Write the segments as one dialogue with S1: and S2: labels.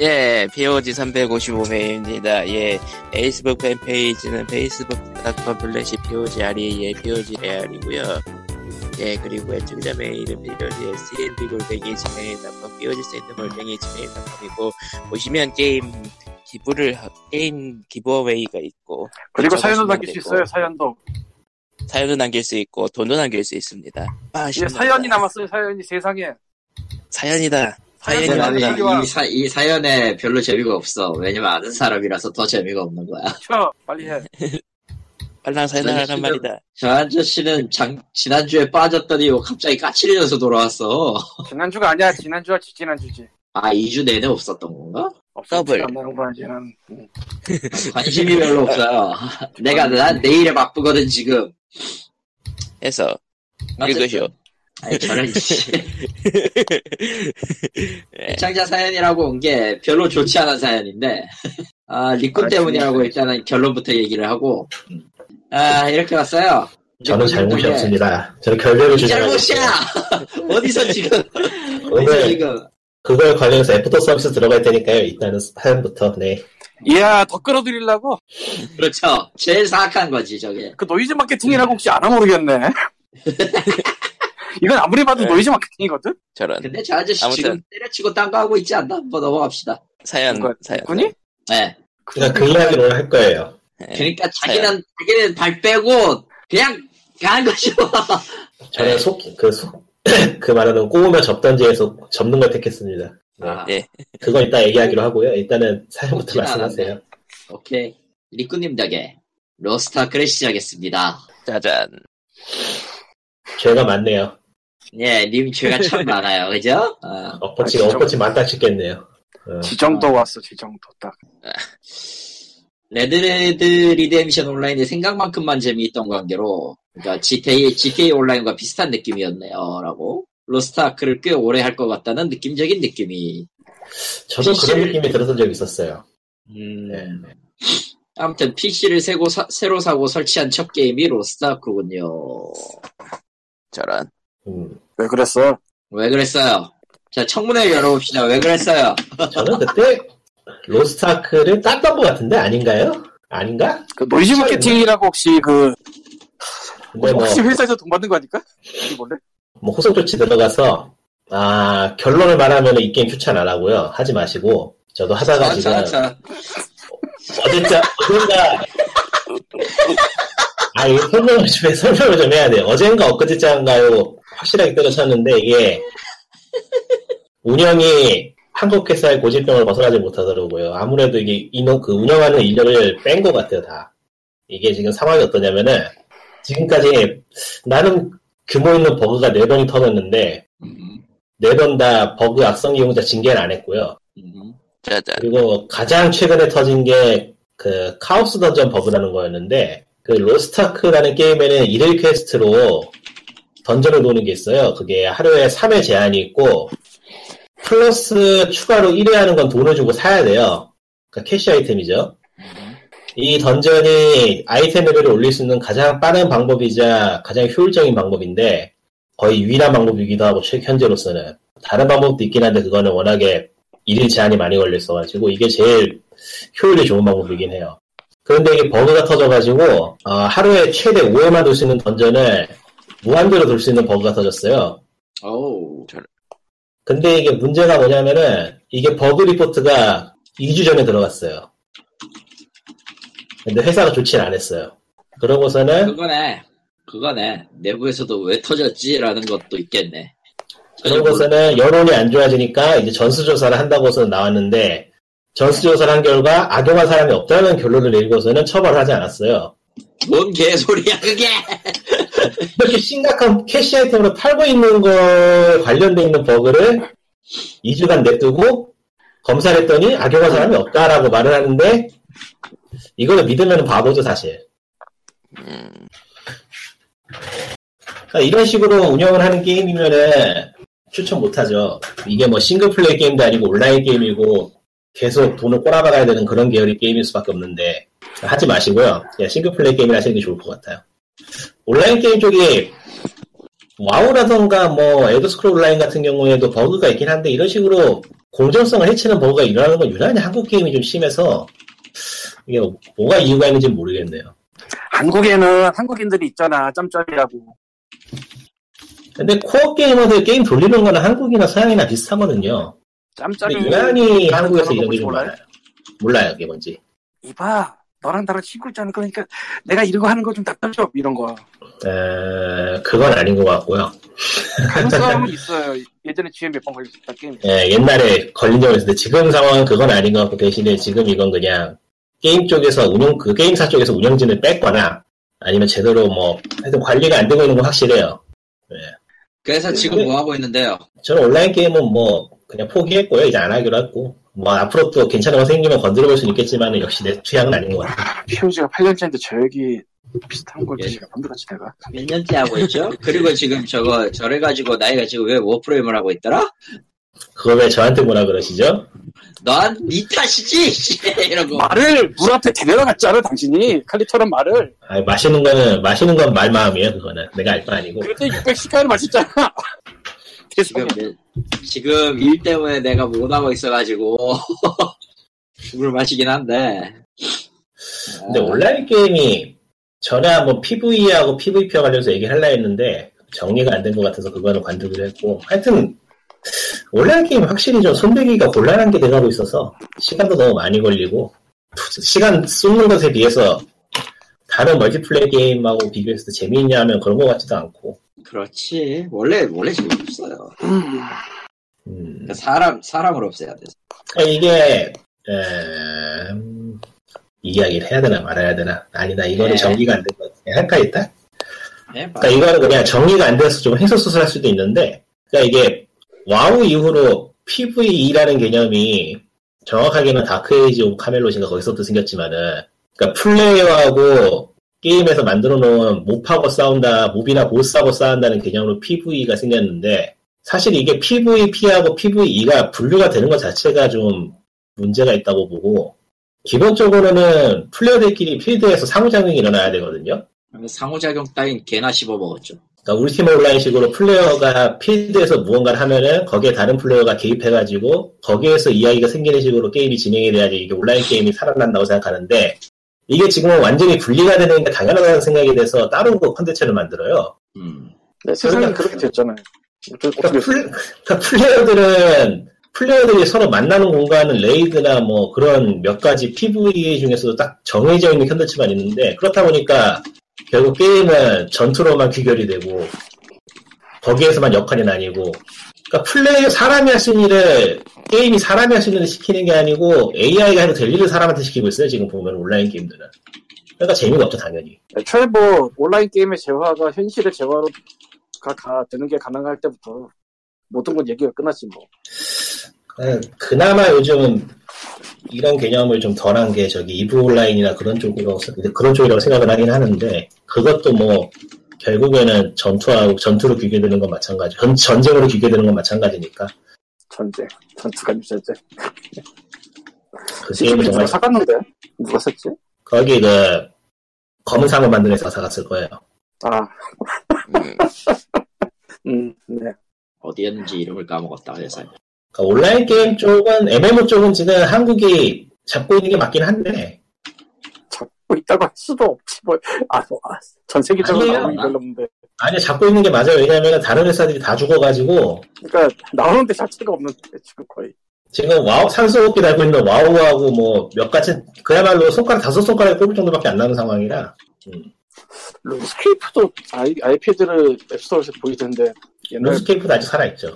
S1: 예, POG 355회입니다. 예, 페이스북 팬페이지는 facebook.com slash POG REA, POG REAL이고요. 예, 그리고 애청자 메일은 POG SND 골뱅이 지메일.com, POG 샌드 골뱅이 지메일.com이고, 보시면 게임 기부를, 하- 게임 기부어웨이가 있고,
S2: 그리고 사연도
S1: 적어주시면
S2: 남길 수
S1: 되고.
S2: 있어요. 사연도.
S1: 사연도 남길 수 있고, 돈도 남길 수 있습니다. 아,
S2: 예,
S1: 신난다.
S2: 사연이 남았어요. 사연이 세상에.
S1: 사연이다. 사연이
S2: 사연이
S1: 남다
S2: 남기기
S3: 나는 이, 사, 이 사연에 별로 재미가 없어. 왜냐면 아는 사람이라서 더 재미가 없는 거야.
S2: 쳐 빨리 해.
S1: 빨랑
S2: 네,
S1: 사연하란
S3: 사연이
S1: 말이다.
S3: 저 아저씨는 장, 지난주에 빠졌더니 뭐 갑자기 까칠해져서 돌아왔어.
S2: 지난주가 아니야. 지난주와 지지난주지.
S3: 아, 2주 내내 없었던 건가?
S2: 없어.
S1: 더블.
S2: 안 되는 거야, 지난. 응.
S3: 관심이 별로 없어요. 내가, 난 내일에 바쁘거든, 지금.
S1: 해서,
S3: 어쨌든.
S1: 읽으시오.
S3: 아니, 저는, 씨. 시청자 사연이라고 온 게 별로 좋지 않은 사연인데, 아, 리콘 때문이라고 일단은 결론부터 얘기를 하고, 아, 이렇게 왔어요.
S4: 저는 잘못이
S3: 예.
S4: 없습니다. 저는 네. 결론을
S3: 이
S4: 주지
S3: 잘못이야! 않았어요. 어디서 지금, 어디서
S4: 오늘
S3: 지금.
S4: 그걸 관련해서 애프터 서비스 들어갈 테니까요. 일단은 사연부터 네.
S2: 이야, 더 끌어들이려고?
S3: 그렇죠. 제일 사악한 거지, 저게.
S2: 그 노이즈 마케팅이라고 혹시 아나 모르겠네. 이건 아무리 봐도
S1: 네.
S2: 노이즈 마케팅이거든?
S1: 저런.
S2: 네.
S3: 근데 저 아저씨
S1: 아무튼.
S3: 지금 때려치고 딴 거 하고 있지 않나? 한번 넘어갑시다.
S1: 사연,
S2: 그거
S1: 사연.
S2: 군이?
S3: 네.
S4: 그러니까 그 이야기로 할 거예요.
S1: 예.
S3: 그러니까 자기는, 자기는 발 빼고, 그냥, 가는 거죠.
S4: 저는
S3: 네.
S4: 속, 그 속, 그 말하는 꼬우면 접던지에서 접는 걸 택했습니다. 네.
S3: 아,
S1: 예.
S4: 그건 이따 얘기하기로 하고요. 일단은 사연부터
S3: 꼽지는
S4: 말씀하세요.
S3: 오케이. 리꾸님 덕에, 로스타크를 시작했습니다.
S1: 짜잔.
S4: 죄가 많네요.
S3: 예, 님 죄가 참 많아요. 그죠? 어.
S4: 엎어치가
S2: 아, 진짜.
S4: 엎어치 맞다 싶겠네요. 어,
S2: 지정도 왔어, 지정도. 딱.
S3: 레드레드 리뎀션 온라인이 생각만큼만 재미있던 관계로, 그러니까 GTA, GTA 온라인과 비슷한 느낌이었네요. 라고. 로스타크를 꽤 오래 할 것 같다는 느낌적인 느낌이
S4: 저도
S3: PC를
S4: 그런 느낌이 들었던 적이 있었어요.
S3: 음.
S4: 네.
S3: 아무튼 PC를 새고 사- 새로 사고 설치한 첫 게임이 로스트아크군요.
S1: 저런.
S4: 음.
S2: 왜 그랬어?
S3: 왜 그랬어요? 자 청문회 열어봅시다. 왜 그랬어요?
S4: 저는 그때 로스타크를 땄던 것 같은데 아닌가요? 아닌가?
S2: 그 노이즈 마케팅이라고 혹시 그,
S4: 근데 뭐
S2: 혹시 회사에서 돈 받는 거 아닐까? 이게 뭔데?
S4: 뭐 후속 조치 들어가서 아 결론을 말하면 이 게임 추천 안 하고요 하지 마시고 저도 하다가 지금
S3: 자, 자.
S4: 어젠가 어젠가 아이 설명을 좀 해, 설명을 좀 해야 돼 어젠가 엊그제인가요 확실하게 때려쳤는데 이게 운영이 한국 회사의 고질병을 벗어나지 못하더라고요 아무래도 이게 인원 그 운영하는 인력을 뺀 것 같아요 다 이게 지금 상황이 어떠냐면은 지금까지 나는 규모 있는 버그가 네 번이 터졌는데
S3: 음,
S4: 네 번 다 버그 악성 이용자 징계는 안 했고요.
S3: 음.
S1: 짜잔.
S4: 그리고 가장 최근에 터진 게 그 카오스 던전 버그라는 거였는데 그 로스타크라는 게임에는 일일 퀘스트로 던전을 도는 게 있어요. 그게 하루에 3회 제한이 있고 플러스 추가로 1회 하는 건 돈을 주고 사야 돼요. 그러니까 캐시 아이템이죠. 이 던전이 아이템 레벨을 올릴 수 있는 가장 빠른 방법이자 가장 효율적인 방법인데 거의 유일한 방법이기도 하고 최- 현재로서는 다른 방법도 있긴 한데 그거는 워낙에 일일 제한이 많이 걸려 있어가지고 이게 제일 효율이 좋은 방법이긴 해요. 그런데 이게 버그가 터져가지고 어, 하루에 최대 5회만 돌 수 있는 던전을 무한대로 돌 수 있는 버그가 터졌어요.
S3: 어우.
S4: 근데 이게 문제가 뭐냐면은 이게 버그 리포트가 2주 전에 들어갔어요. 근데 회사가 조치를 안 했어요. 그러고서는
S3: 그거네. 그거네. 내부에서도 왜 터졌지라는 것도 있겠네.
S4: 그러고서는 여론이 안 좋아지니까 이제 전수조사를 한다고서 나왔는데 전수조사를 한 결과 악용한 사람이 없다는 결론을 내리고서는 처벌을 하지 않았어요.
S3: 뭔 개소리야 그게?
S4: 이렇게 심각한 캐시 아이템으로 팔고 있는 거에 관련돼 있는 버그를 2주간 냅두고 검사를 했더니 악용한 사람이 없다라고 말을 하는데 이거를 믿으면 바보죠 사실
S1: 음,
S4: 그러니까 이런 식으로 운영을 하는 게임이면은 추천 못하죠 이게 뭐 싱글플레이 게임도 아니고 온라인 게임이고 계속 돈을 꼬라박아야 되는 그런 계열의 게임일 수밖에 없는데 하지 마시고요 그냥 싱글플레이 게임을 하시는 게 좋을 것 같아요 온라인 게임 쪽이 와우라던가 뭐 에더 스크롤 온라인 같은 경우에도 버그가 있긴 한데 이런 식으로 공정성을 해치는 버그가 일어나는 건 유난히 한국 게임이 좀 심해서 이게 뭐가 이유가 있는지 모르겠네요.
S2: 한국에는 한국인들이 있잖아 짬짬이라고
S4: 근데 코어 게이머들 게임 돌리는 거는 한국이나 서양이나 비슷하거든요.
S2: 짬짬이
S4: 근데 유난히
S2: 다른
S4: 네, 한국에서
S2: 사람은
S4: 이런 게
S2: 뭔지
S4: 좀
S2: 몰라요?
S4: 많아요. 몰라요, 이게 뭔지.
S2: 이봐 너랑 나랑 친구 있잖아 그러니까 내가 이런 거 하는 거 좀 답답해 이런 거
S4: 에, 그건 아닌 것 같고요.
S2: 가능성은 있어요 예전에 GM 몇번 걸렸었다 게임
S4: 예, 옛날에 걸린 적이 있는데 지금 상황은 그건 아닌 것 같고 대신에 지금 이건 그냥 게임 쪽에서 운영 그 게임사 쪽에서 운영진을 뺐거나 아니면 제대로 뭐 하여튼 관리가 안 되고 있는 건 확실해요.
S3: 그래서 지금 뭐 하고 있는데요?
S4: 저는 온라인 게임은 뭐 그냥 포기했고요 이제 안 하기로 했고 뭐 앞으로 또 괜찮은 거 생기면 건드려볼 수는 있겠지만 역시 내 취향은 아닌 것 같아요.
S2: POG가 8년째인데 저 얘기 비슷한 걸
S3: 예.
S2: 제가 만들었지 내가
S3: 몇 년째 하고 있죠? 그리고 지금 저거 저래 가지고 나이가 지금 왜 워프레임을 하고 있더라?
S4: 그거 왜 저한테 뭐라 그러시죠?
S3: 넌니 탓이지 씨, 이러고
S2: 말을 물 앞에 데려다 갔잖아 당신이 칼리처럼 말을
S4: 아, 마시는 거는 마시는 건 말 마음이에요 그거는 내가 알 거 아니고
S2: 그때 600시간을 마셨잖아
S3: 지금
S2: 죄송해요
S3: 내- 지금 일 때문에 내가 못 하고 있어가지고 죽을 맛이긴 한데.
S4: 근데 온라인 게임이 전에 한번 PVE하고 PVP와 관련해서 얘기하려 했는데 정리가 안 된 것 같아서 그거는 관두기로 했고 하여튼 온라인 게임 확실히 좀 손대기가 곤란한 게 돼가고 있어서 시간도 너무 많이 걸리고 시간 쏟는 것에 비해서 다른 멀티플레이 게임하고 비교했을 때 재미있냐 하면 그런 것 같지도 않고
S3: 그렇지. 원래 원래 지금 없어요.
S2: 음,
S4: 음,
S3: 그러니까 사람 사람을 없애야 돼.
S4: 아, 이게 음, 이야기를 해야 되나 말아야 되나 아니다 이거는
S3: 네.
S4: 정리가 안 된 것 같아 할까 있다
S3: 네,
S4: 그러니까 이거는 그냥 정리가 안 돼서 좀 횡설수설할 수도 있는데, 그러니까 이게 와우 이후로 PVE라는 개념이 정확하게는 다크에이지 오브 카멜롯인가 거기서부터 생겼지만은, 그러니까 플레이어하고 게임에서 만들어 놓은 몹하고 싸운다, 몹이나 보스하고 싸운다는 개념으로 PVE가 생겼는데, 사실 이게 PVP하고 PVE가 분류가 되는 것 자체가 좀 문제가 있다고 보고, 기본적으로는 플레이어들끼리 필드에서 상호작용이 일어나야 되거든요.
S3: 상호작용 따윈 개나 씹어 먹었죠.
S4: 그러니까 울티마 온라인식으로 플레이어가 필드에서 무언가를 하면은 거기에 다른 플레이어가 개입해가지고 거기에서 이야기가 생기는 식으로 게임이 진행이 돼야지 이게 온라인 게임이 살아난다고 생각하는데 이게 지금은 완전히 분리가 되는 게 당연하다는 생각이 돼서 따로 그 컨텐츠를 만들어요.
S3: 음.
S2: 네, 세상이 그렇게 됐잖아요 어떻게- 어떻게
S4: 그러니까, 플, 레이어들은 플레이어들이 서로 만나는 공간은 레이드나 뭐 그런 몇 가지 PVE 중에서도 딱 정해져 있는 컨텐츠만 있는데 그렇다 보니까 결국 게임은 전투로만 귀결이 되고 거기에서만 역할이 나뉘고 그러니까 플레이 사람이 할 수 있는 일을 게임이 사람이 할 수 있는 일을 시키는 게 아니고 AI가 해도 될 일을 사람한테 시키고 있어요 지금 보면 온라인 게임들은 그러니까 재미가 없죠 당연히
S2: 애초에 뭐 온라인 게임의 재화가 현실의 재화로가 가, 되는 게 가능할 때부터 모든 건 얘기가 끝났지 뭐.
S4: 네, 그나마 요즘은 이런 개념을 좀 덜한 게 저기 이브 온라인이나 그런 쪽이라고 생- 그런 쪽이라고 생각을 하긴 하는데 그것도 뭐 결국에는 전투하고 전투로 귀결되는 건 마찬가지 전, 전쟁으로 귀결되는 건 마찬가지니까
S2: 전쟁, 전투가 전쟁.
S4: 그
S2: 지금
S4: 게임을
S2: 누가
S4: 정말
S2: 사갔는데? 누가 샀지?
S4: 거기 그 검은 상어 만드는 회사가 갔을 거예요
S2: 아,
S1: 음,
S4: 네.
S2: 음, 네.
S3: 어디였는지 이름을 까먹었다 회사.
S4: 그러니까 온라인 게임 쪽은 MMO 쪽은 지금 한국이 잡고 있는 게 맞긴 한데
S2: 뭐 있다고 할 수도 없지 뭐. 아, 뭐, 아, 전 세계적으로
S4: 아니에요.
S2: 나오기 별로인데.
S4: 아니 잡고 있는 게 맞아요 왜냐하면 다른 회사들이 다 죽어가지고
S2: 그러니까 나오는데 자체가 없는데 지금 거의.
S4: 지금 와우 산소호흡기 달고 있는 와우하고 뭐 몇 가지 그야말로 손가락 다섯 손가락에 꼽을 정도밖에 안 나는 상황이라
S2: 스케이프도 아이, 아이패드를 앱스토어에서 보이던데 옛날
S4: 룬스케이프도 아직 살아있죠.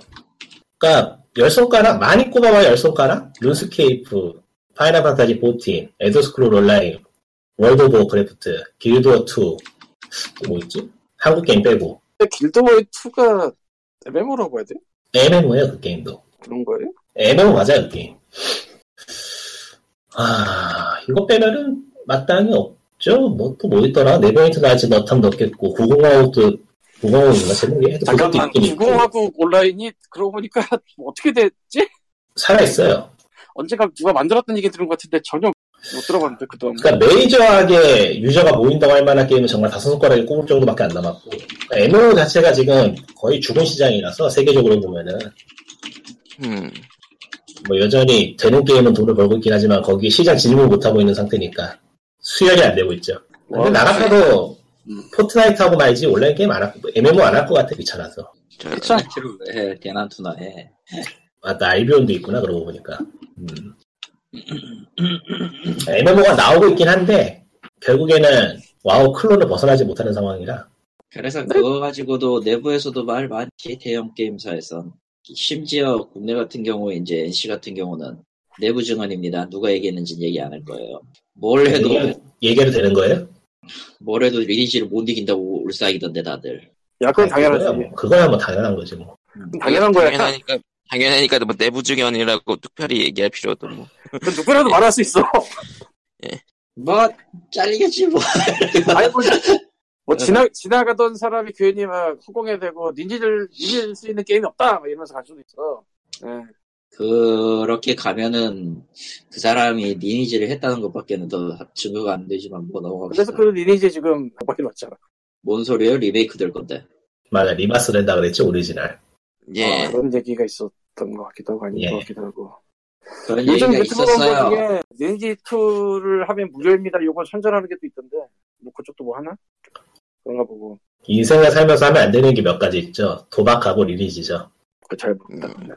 S4: 그러니까 열 손가락 많이 꼽아봐야 열 손가락 룬스케이프, 파이널 판타지 14, 에더스크롤 온라인, 월드 오브 오크래프트, 길드 워 2, 또뭐 있지? 한국 게임 빼고
S2: 길드워이 2가 MMO라고 해야 돼?
S4: MMO예요 그 게임도.
S2: 그런 거예요?
S4: MMO 맞아요 그 게임. 아 이거 빼면은 마땅히 없죠. 뭐 또 뭐 있더라? 네버인트도 아직 넣탐 넣겠고 905도 905인가 제목이 해도 그것도
S2: 잠깐만,
S4: 있긴 있고
S2: 구공하고 온라인이 그러고 보니까 뭐 어떻게 됐지?
S4: 살아 있어요.
S2: 언젠가 누가 만들었던 얘기 들은 것 같은데 전혀 못 들어봤는데 그동안
S4: 그러니까 메이저하게 유저가 모인다고 할 만한 게임은 정말 다섯 손가락에 꼽을 정도밖에 안 남았고 그러니까 MMO 자체가 지금 거의 죽은 시장이라서 세계적으로 보면은
S1: 음.
S4: 뭐 여전히 되는 게임은 돈을 벌고 있긴 하지만 거기 시장 진입을 못하고 있는 상태니까 수혈이 안 되고 있죠. 근데
S2: 어,
S4: 나라카도
S2: 음.
S4: 포트나이트하고 말지 온라인 게임 안 할, MMO 안 할 것 같아 귀찮아서.
S1: 저는
S2: 그쵸?
S3: 실제로 왜 대난투나 해.
S4: 맞다 알비온도 아, 있구나 그러고 보니까. 음. MMO가 나오고 있긴 한데 결국에는 와우 클론을 벗어나지 못하는 상황이라
S3: 그래서
S2: 네.
S3: 그거 가지고도 내부에서도 말 많지 대형 게임사에선 심지어 국내 같은 경우에 이제 NC 같은 경우는 내부 증언입니다. 누가 얘기했는지 얘기 안 할 거예요. 뭘
S2: 네.
S3: 해도
S4: 얘기해도 되는 거예요?
S3: 뭘 해도 리니지를 못 이긴다고 울싸이던데 다들.
S2: 야, 그건 당연하지.
S4: 그거야 뭐, 그거야 뭐 당연한 거지 뭐.
S2: 당연한 거야.
S1: 당연하니까 당연하니까 뭐 내부 증언이라고 특별히 얘기할 필요도 뭐
S2: 그 누구라도 말할 수 있어.
S3: 뭐 잘리겠지 뭐.
S2: 아니, 뭐, 뭐 지나, 지나가던 사람이 괜히 막 허공에 대고 닌지를 이길 수 있는 게임이 없다! 막 이러면서 갈 수도 있어. 예.
S3: 그렇게 가면은 그 사람이 리니지를 했다는 것밖에는 더 증거가 안 되지만 뭐 넘어갑시다.
S2: 그래서 그 닌지 지금 박박이 왔잖아.
S3: 뭔 소리예요? 리메이크 될 건데.
S4: 맞아 리마스 된다 그랬지 오리지널.
S1: 예
S2: 아, 그런 얘기가 있었던 것 같기도 하고, 아닌
S4: 예.
S2: 것 같기도 하고.
S3: 그런
S2: 요즘 뭐
S3: 얘기가
S2: 유튜브 광고
S3: 있었어요.
S2: 중에 닌지2를 하면 무료입니다. 요거 선전하는 게 또 있던데. 뭐 그쪽도 뭐 하나? 그런가 보고.
S4: 인생을 살면서 하면 안 되는 게 몇 가지 있죠. 도박하고 리니지죠.
S2: 그잘 모른다. 내가.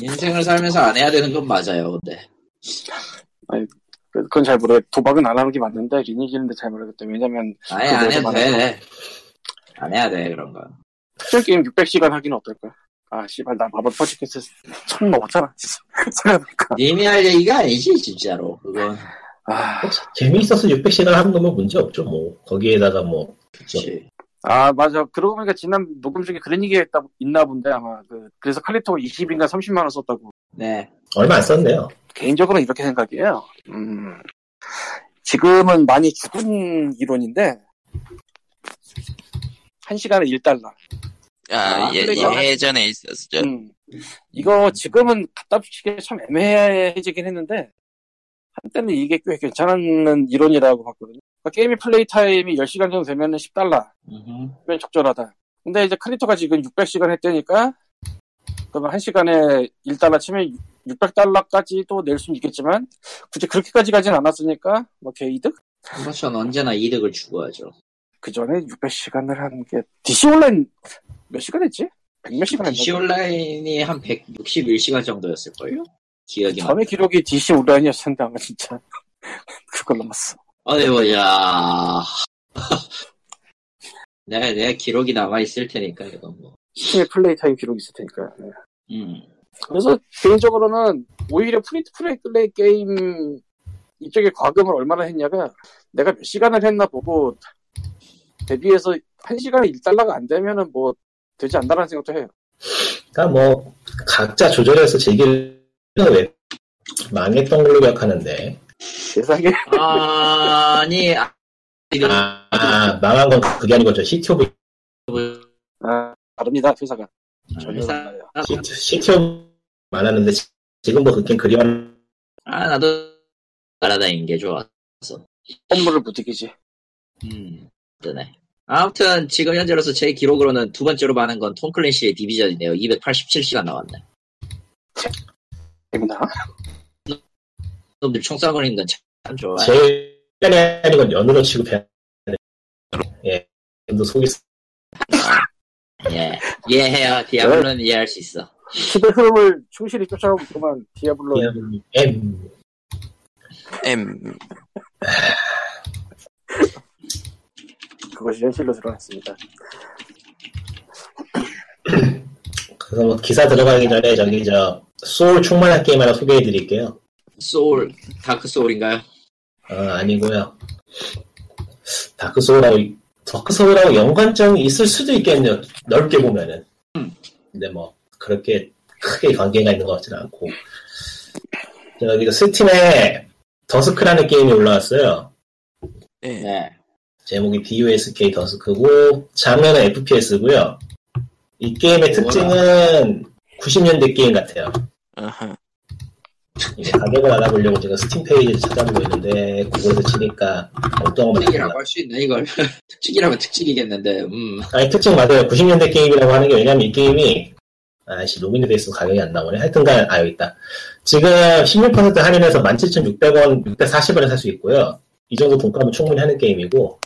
S3: 인생을 살면서 안 해야 되는 건 맞아요. 근데
S2: 그- 그건 잘 모르겠, 도박은 안 하는 게 맞는데, 리니지인데 잘 모르겠다. 왜냐면,
S3: 아예 안 해도
S2: 그거보다
S3: 돼. 안 해야 돼 그런 거.
S2: 특별 게임 600시간 하기는 어떨까? 아, 씨발, 나 마법 퍼지켓에서 천 먹었잖아. 생각해보니까.
S3: 님이 할 얘기가 아니지 진짜로. 그건
S2: 아,
S4: 재미있어서 600시간 하는 거면 문제 없죠. 뭐 거기에다가 뭐
S3: 그렇지.
S2: 아, 맞아. 그러고 보니까 지난 녹음 중에 그런 얘기가 있다, 있나 본데, 아마. 그, 그래서 칼리토가 20인가 30만원 썼다고.
S3: 네.
S4: 얼마 안 썼네요.
S2: 개인적으로는 이렇게 생각해요. 음. 지금은 많이 죽은 이론인데, 한 시간에 1달러.
S1: 아,
S3: 아,
S1: 예,
S3: 그래요?
S1: 예전에 있었죠.
S2: 음. 이거 지금은 갖다 붙이기 참 애매해지긴 했는데 한때는 이게 꽤 괜찮은 이론이라고 봤거든요. 그러니까 게임이 플레이 타임이 10시간 정도 되면 10달러면
S3: 음흠.
S2: 적절하다. 근데 이제 크리터가 지금 600시간 했다니까 그러면 1시간에 1달러 치면 600달러까지도 낼 수는 있겠지만 굳이 그렇게까지 가진 않았으니까 뭐 개이득?
S3: 컨버션 그렇죠. 언제나 이득을 주고하죠.
S2: 그 전에 600시간을 한 게 DC 온라인 몇 시간 했지? 100몇 시간 했나?
S3: DC 온라인이 한 161시간 정도였을 걸요. 기억이
S2: 전의 기록이 DC 온라인이었을 텐데 아마 진짜 그걸 넘었어.
S3: 어디 보자. 내가, 내가 기록이 남아있을 테니까, 이건 뭐.
S2: 팀의 플레이 타임 기록이 있을 테니까. 네.
S3: 음.
S2: 그래서 개인적으로는 오히려 프리트 플레이 플레이 게임 이쪽에 과금을 얼마나 했냐가 내가 몇 시간을 했나 보고 대비해서 한 시간에 1달러가 안 되면은 뭐 되지 않다라는 생각도 해요.
S4: 그러니까 뭐 각자 조절해서 즐기는 왜 망했던 걸로 기억하는데
S2: 세상에
S3: 아니, 아,
S4: 아, 아, 망한 건 그게 아니고 저 시티 오브
S2: 아, 다릅니다 회사가. 전혀
S3: 회사-
S2: 달라요.
S4: 시티, 시티 오브 많았는데 지- 지금 뭐 그게 그리운
S3: 아, 나도 날아다니는 게 좋아.
S2: 업무를 부득이지.
S3: 음, 뜨네. 아무튼, 지금 현재로서 제 기록으로는 두 번째로 많은 건 톰 클린시의 디비전이네요. 287시간 나왔네. 아.
S2: 되구나.
S3: 놈들 총 쏴버리는 건 참 좋아.
S4: 제일 편해 하는 건 연으로 취급해야 돼. 예, 연도 속이 쓰-
S3: 예. 이해해요. 디아블로는 이해할 수 있어.
S2: 시대 흐름을 충실히 쫓아가고 있구만 디아블로.
S3: 예.
S4: 그냥 M
S1: M
S2: 그것이 현실로 드러났습니다.
S4: 그래서 뭐 기사 들어가기 전에 저기 저 소울 충만한 게임 하나 소개해 드릴게요.
S3: 소울, 다크 소울인가요?
S4: 아, 아니고요. 다크 소울하고 다크 소울하고 연관점이 있을 수도 있겠네요. 넓게 보면은. 근데 뭐 그렇게 크게 관계가 있는 것 같지는 않고. 여기 스팀에 더스크라는 게임이 올라왔어요.
S1: 예.
S3: 네.
S4: 제목이 BUSK 더스크고 장르는 FPS고요. 이 게임의 특징은 90년대 게임 같아요.
S1: 아하.
S4: 이제 가격을 알아보려고 제가 스팀 페이지를 찾아보고 있는데 구글에서 치니까 어떤 거
S3: 특징이라고 할 수 있나 이걸 특징이라면 특징이겠는데 음
S4: 아니 특징 맞아요. 90년대 게임이라고 하는 게 왜냐면 이 게임이 아씨 로그인이 돼 있어서 가격이 안 나오네. 하여튼간 아 여기 있다. 지금 16% 할인해서 17,600원, 640원에 살 수 있고요. 이 정도 돈가면 충분히 하는 게임이고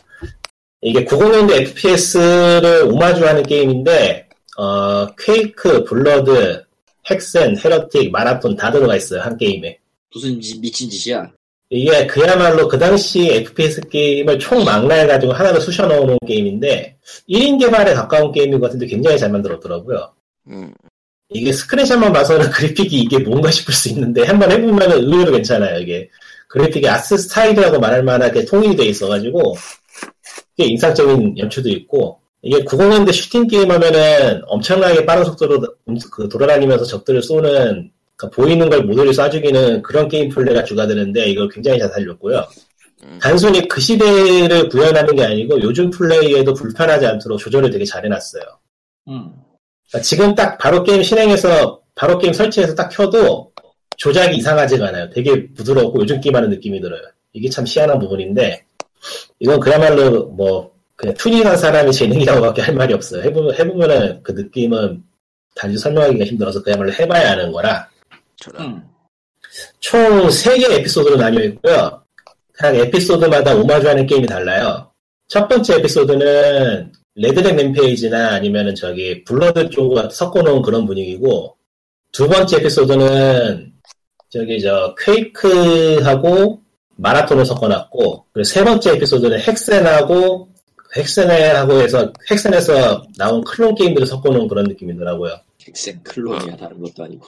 S4: 이게 90년대 FPS를 오마주하는 게임인데 어 퀘이크, 블러드, 핵센, 헤러틱, 마라톤 다 들어가 있어요 한 게임에.
S3: 무슨 지- 미친 짓이야?
S4: 이게 그야말로 그 당시 FPS 게임을 총 망라해가지고 하나로 쑤셔 넣어놓은 게임인데 1인 개발에 가까운 게임인 것 같은데 굉장히 잘 만들었더라고요.
S1: 음.
S4: 이게 스크린샷만 봐서는 그래픽이 이게 뭔가 싶을 수 있는데 한번 해보면 의외로 괜찮아요 이게 그래픽이 아스 스타일이라고 말할 만하게 통일이 돼 있어가지고 꽤 인상적인 연출도 있고 이게 90년대 슈팅 게임 하면은 엄청나게 빠른 속도로 음- 그 돌아다니면서 적들을 쏘는 그러니까 보이는 걸 모조리 쏴 죽이는 그런 게임 플레이가 주가 되는데 이걸 굉장히 잘 살렸고요
S1: 음.
S4: 단순히 그 시대를 구현하는 게 아니고 요즘 플레이에도 불편하지 않도록 조절을 되게 잘 해놨어요
S3: 음.
S4: 그러니까 지금 딱 바로 게임 실행해서 바로 게임 설치해서 딱 켜도 조작이 이상하지가 않아요. 되게 부드럽고 요즘 게임하는 느낌이 들어요. 이게 참 희한한 부분인데 이건 그야말로 뭐 그냥 튜닝한 사람의 재능이라고밖에 할 말이 없어요. 해보면 해보면은 그 느낌은 단지 설명하기가 힘들어서 그야말로 해봐야 하는 거라
S1: 저런.
S3: 음.
S4: 총 3개 에피소드로 나뉘어 있고요. 각 에피소드마다 오마주하는 게임이 달라요. 첫 번째 에피소드는 레드넥 램페이지나 아니면은 저기 블러드 쪽과 섞어놓은 그런 분위기고 두 번째 에피소드는 저기 저 퀘이크하고 마라톤을 섞어놨고 그리고 세 번째 에피소드는 핵센하고 핵센하고 해서 핵센에서 나온 클론 게임들을 섞어놓은 그런 느낌이더라고요.
S3: 객생 클론이야 다른 것도 아니고.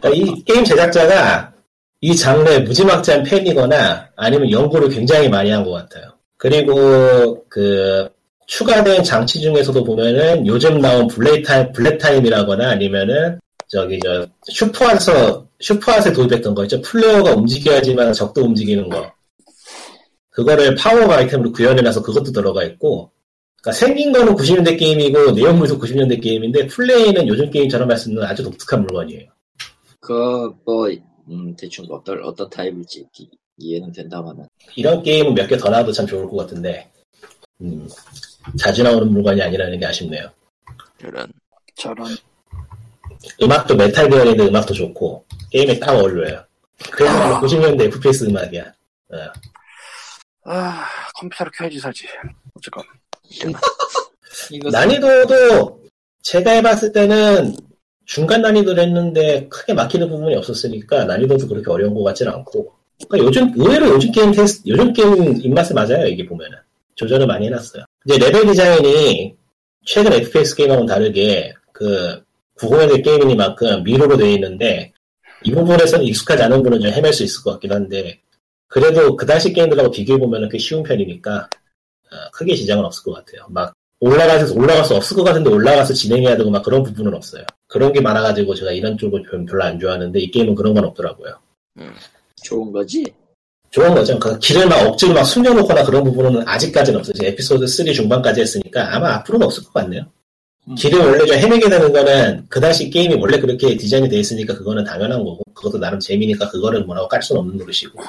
S4: 그러니까 이 게임 제작자가 이 장르에 무지막지한 팬이거나 아니면 연구를 굉장히 많이 한 것 같아요. 그리고 그 추가된 장치 중에서도 보면은 요즘 나온 블랙타임, 블랙타임이라거나 아니면은 저기 저 슈퍼핫에서 슈퍼핫에 도입했던 거 있죠. 플레이어가 움직여야지만 적도 움직이는 거. 그거를 파워 아이템으로 구현해놔서 그것도 들어가 있고. 그러니까 생긴 거는 90년대 게임이고 내용물도 90년대 게임인데 플레이는 요즘 게임처럼 할 수 있는 아주 독특한 물건이에요.
S3: 그뭐 음, 대충 어떤 어떤 타입일지 이- 이해는 된다만은.
S4: 이런 게임은 몇 개 더 나와도 참 좋을 것 같은데 음, 자주 나오는 물건이 아니라는 게 아쉽네요.
S1: 저런.
S2: 저런.
S4: 음악도 메탈 계열인데 음악도 좋고 게임에 딱 어울려요. 그래서 90년대 FPS 음악이야.
S2: 아, 컴퓨터를 켜야지 사지. 어쨌건.
S3: 이거
S4: 난이도도 제가 해봤을 때는 중간 난이도를 했는데 크게 막히는 부분이 없었으니까 난이도도 그렇게 어려운 것 같진 않고 그러니까 요즘 의외로 요즘 게임 테스트 요즘 게임 입맛에 맞아요 이게 보면은 조절을 많이 해놨어요 이제 레벨 디자인이 최근 FPS 게임하고는 다르게 그 90년대 게임이니만큼 미로로 되어 있는데 이 부분에서는 익숙하지 않은 분은 좀 헤맬 수 있을 것 같긴 한데 그래도 그 당시 게임들하고 비교해보면 꽤 쉬운 편이니까 어, 크게 지장은 없을 것 같아요 막 올라가서 올라갈 수 없을 것 같은데 올라가서 진행해야 되고 막 그런 부분은 없어요. 그런 게 많아가지고 제가 이런 쪽을 별- 별로 안 좋아하는데 이 게임은 그런 건 없더라고요.
S3: 좋은 거지?
S4: 좋은 거죠. 그 길을 막 억지로 막 숨겨놓거나 그런 부분은 아직까지는 없어요. 이제 에피소드 3 중반까지 했으니까 아마 앞으로는 없을 것 같네요.
S3: 음.
S4: 길을 원래 좀 헤매게 되는 거는 그 당시 게임이 원래 그렇게 디자인이 돼 있으니까 그거는 당연한 거고 그것도 나름 재미니까 그거를 뭐라고 깔 수는 없는 노릇이고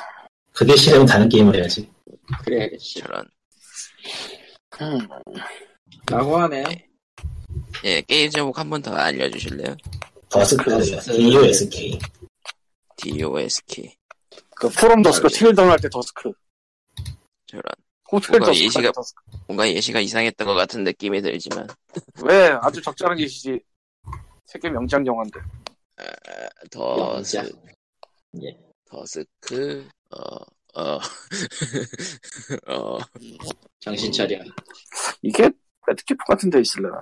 S4: 그게 싫으면 다른 게임을 해야지.
S3: 그래야겠지.
S1: 저런.
S2: 음.
S3: 라고 하네요.
S1: 예, 게임 제목 한 번 더 알려주실래요?
S4: 더스크래요. DOSK.
S1: DOSK.
S2: 그
S1: 네.
S2: 프롬 더스크, 틸던 할때 더스크.
S1: 저런.
S2: 호텔
S1: 뭔가
S2: 더스크.
S1: 예시가-
S2: 할때 더스크.
S1: 뭔가 예시가 이상했던 것 같은 느낌이 들지만.
S2: 왜 아주 적절한 예시지. 세계 명장 영화인데.
S1: 더, 스,
S3: 영장. 예.
S1: 더스크, 어, 어, 어,
S3: 정신 차려.
S2: 이게 랜드캐폰 같은 데 있을래나?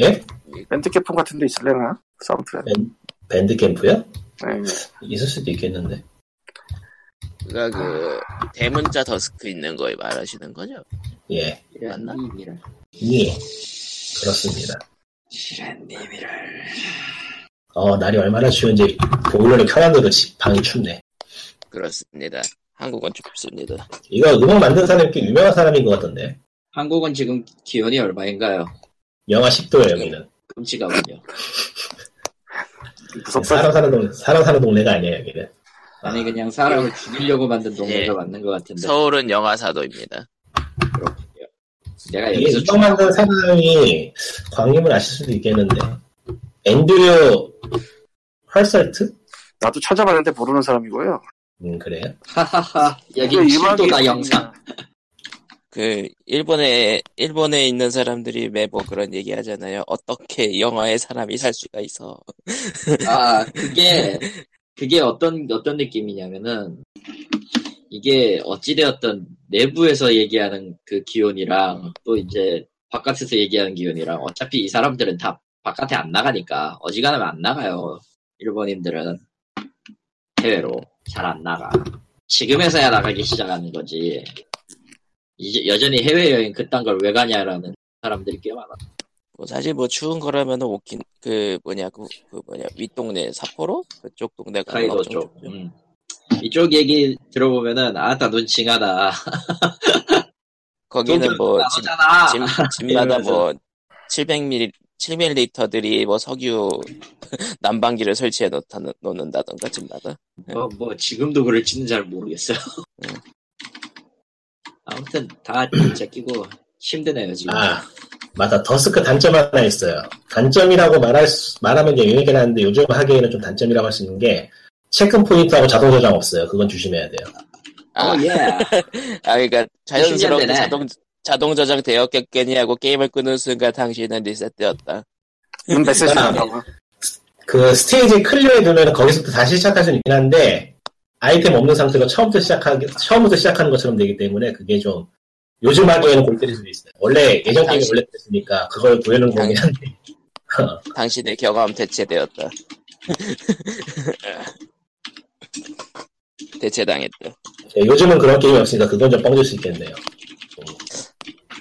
S4: 예?
S2: 랜드캐폰 같은 데 있을래나? 사운드트랙.
S4: 밴드 캠프요?
S2: 네.
S4: 있을 수도 있겠는데.
S1: 그니까 그, 대문자 더스크 있는 거 말하시는 거죠?
S4: 예.
S3: 이런
S1: 맞나?
S3: 님이라.
S4: 예. 그렇습니다.
S3: 이런 님이라.
S4: 어, 날이 얼마나 추운지, 보일러를 켜놨는데 그렇지. 방이 춥네.
S1: 그렇습니다. 한국은 좁습니다.
S4: 이거 음악 만든 사람이 꽤 유명한 사람인 것 같던데.
S3: 한국은 지금 기온이 얼마인가요?
S4: 영하 10도예요, 여기는.
S3: 끔찍하군요.
S2: 무섭다.
S4: 사람 사는 동네, 사람 사는 동네가 아니에요, 여기는.
S3: 아니 그냥 사람을 죽이려고 만든 동네가
S1: 예.
S3: 맞는 것 같은데.
S1: 서울은 영하 4도입니다.
S3: 네, 그렇군요. 내가
S4: 이게
S3: 여기서
S4: 음악 만든 사람이 광림을 아실 수도 있겠는데. 앤드류 활살트?
S2: 나도 찾아봤는데 모르는 사람이고요.
S4: 음 그래요?
S3: 예. 하하하 여기
S2: 그 일반
S3: 7도다
S2: 게임-
S3: 영상
S1: 그 일본에 일본에 있는 사람들이 매번 그런 얘기 하잖아요. 어떻게 영화에 사람이 살 수가 있어?
S3: 아 그게 그게 어떤 어떤 느낌이냐면은 이게 어찌되었던 내부에서 얘기하는 그 기온이랑 또 이제 바깥에서 얘기하는 기온이랑 어차피 이 사람들은 다 바깥에 안 나가니까 어지간하면 안 나가요 일본인들은 해외로 잘 안 나가 지금에서야 나가기 시작하는 거지 이제 여전히 해외 여행 그딴 걸 왜 가냐라는 사람들이 꽤 많아
S1: 뭐 사실 뭐 추운 거라면은 오킨 그 뭐냐 그, 그 뭐냐 윗동네 사포로 그쪽 동네 가는
S3: 카이도
S1: 거 좀-
S3: 쪽. 음. 이쪽 얘기 들어보면은 아따 눈 징하다.
S1: 거기는 뭐 집-
S3: 나오잖아.
S1: 집, 집마다
S3: 이러면서.
S1: 뭐 700ml 700리터들이 뭐 석유 난방기를 설치해 놓다, 놓는다던가 집마다
S3: 뭐, 뭐 지금도 그럴지는 잘 모르겠어요.
S1: 음.
S3: 아무튼 다 진짜 끼고 힘드네요 지금. 어,
S4: 아, 맞다. 더스크 단점 하나 있어요. 단점이라고 말할 수- 말하면 좀 유익긴 한데 요즘 하기에는 좀 단점이라고 할 수 있는 게 체크 포인트하고 자동 저장 없어요. 그건 조심해야 돼요.
S1: 아,
S3: 어, 예.
S1: 아 그러니까 자연스럽게
S3: 되네.
S1: 자동 자동 저장 되었겠거니 하고 게임을 끄는 순간 당신은 리셋되었다
S2: 이런 음, 메시지 나온다고.
S4: 그 스테이지 클리어해 두면 거기서부터 다시 시작할 수 있긴 한데 아이템 없는 상태로 처음부터 시작하기 처음부터 시작하는 것처럼 되기 때문에 그게 좀 요즘 하기에는 골때릴 수도 있어요. 원래 예전 게임이
S1: 당신-
S4: 원래 그랬으니까 그걸 구해놓은 거긴 한데
S1: 당신의 경험 대체되었다
S3: 예.
S1: 대체당했다
S4: 예, 요즘은 그런 게임이 없으니까 그건 좀 뻥질 수 있겠네요.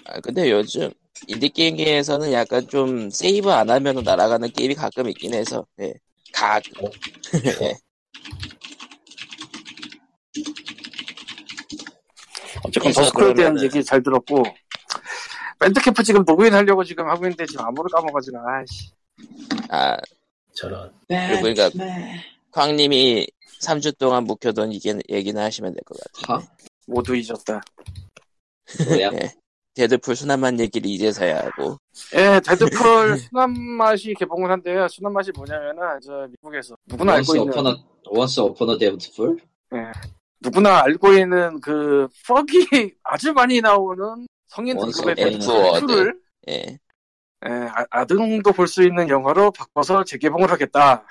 S1: 아, 근데 요즘 인디게임계에서는 약간 좀 세이브 안 하면 날아가는 게임이 가끔 있긴 해서, 예. 가끔.
S3: 어,
S1: 예.
S2: 어쨌건
S1: 네, 그래서
S2: 더스크에 대한
S1: 그러면은-
S2: 얘기 잘 들었고 밴드캠프 지금 로그인 하려고 지금 하고 있는데 지금 아무를 까먹어지나 아씨
S1: 아,
S4: 저런
S1: 그리고 그러니까 광님이 3주 동안 묵혀둔 얘기, 얘기나 하시면 될 것 같아요.
S2: 모두 잊었다
S3: 뭐야?
S1: 데드풀 순환만 얘기를 이제서야 하고,
S2: 예 데드풀 순한 맛이 개봉을 한대요 순한 맛이 뭐냐면은 저 미국에서 누구나
S3: 원스
S2: 알고 있는
S3: 오퍼너 원스 오퍼너 데브풀
S2: 누구나 알고 있는 그 퍽이 아주 많이 나오는 성인
S3: 원소
S2: 등급의
S1: F 워드.
S2: 를
S1: 네, 예.
S2: 아, 등도 볼 수 있는 영화로 바꿔서 재개봉을 하겠다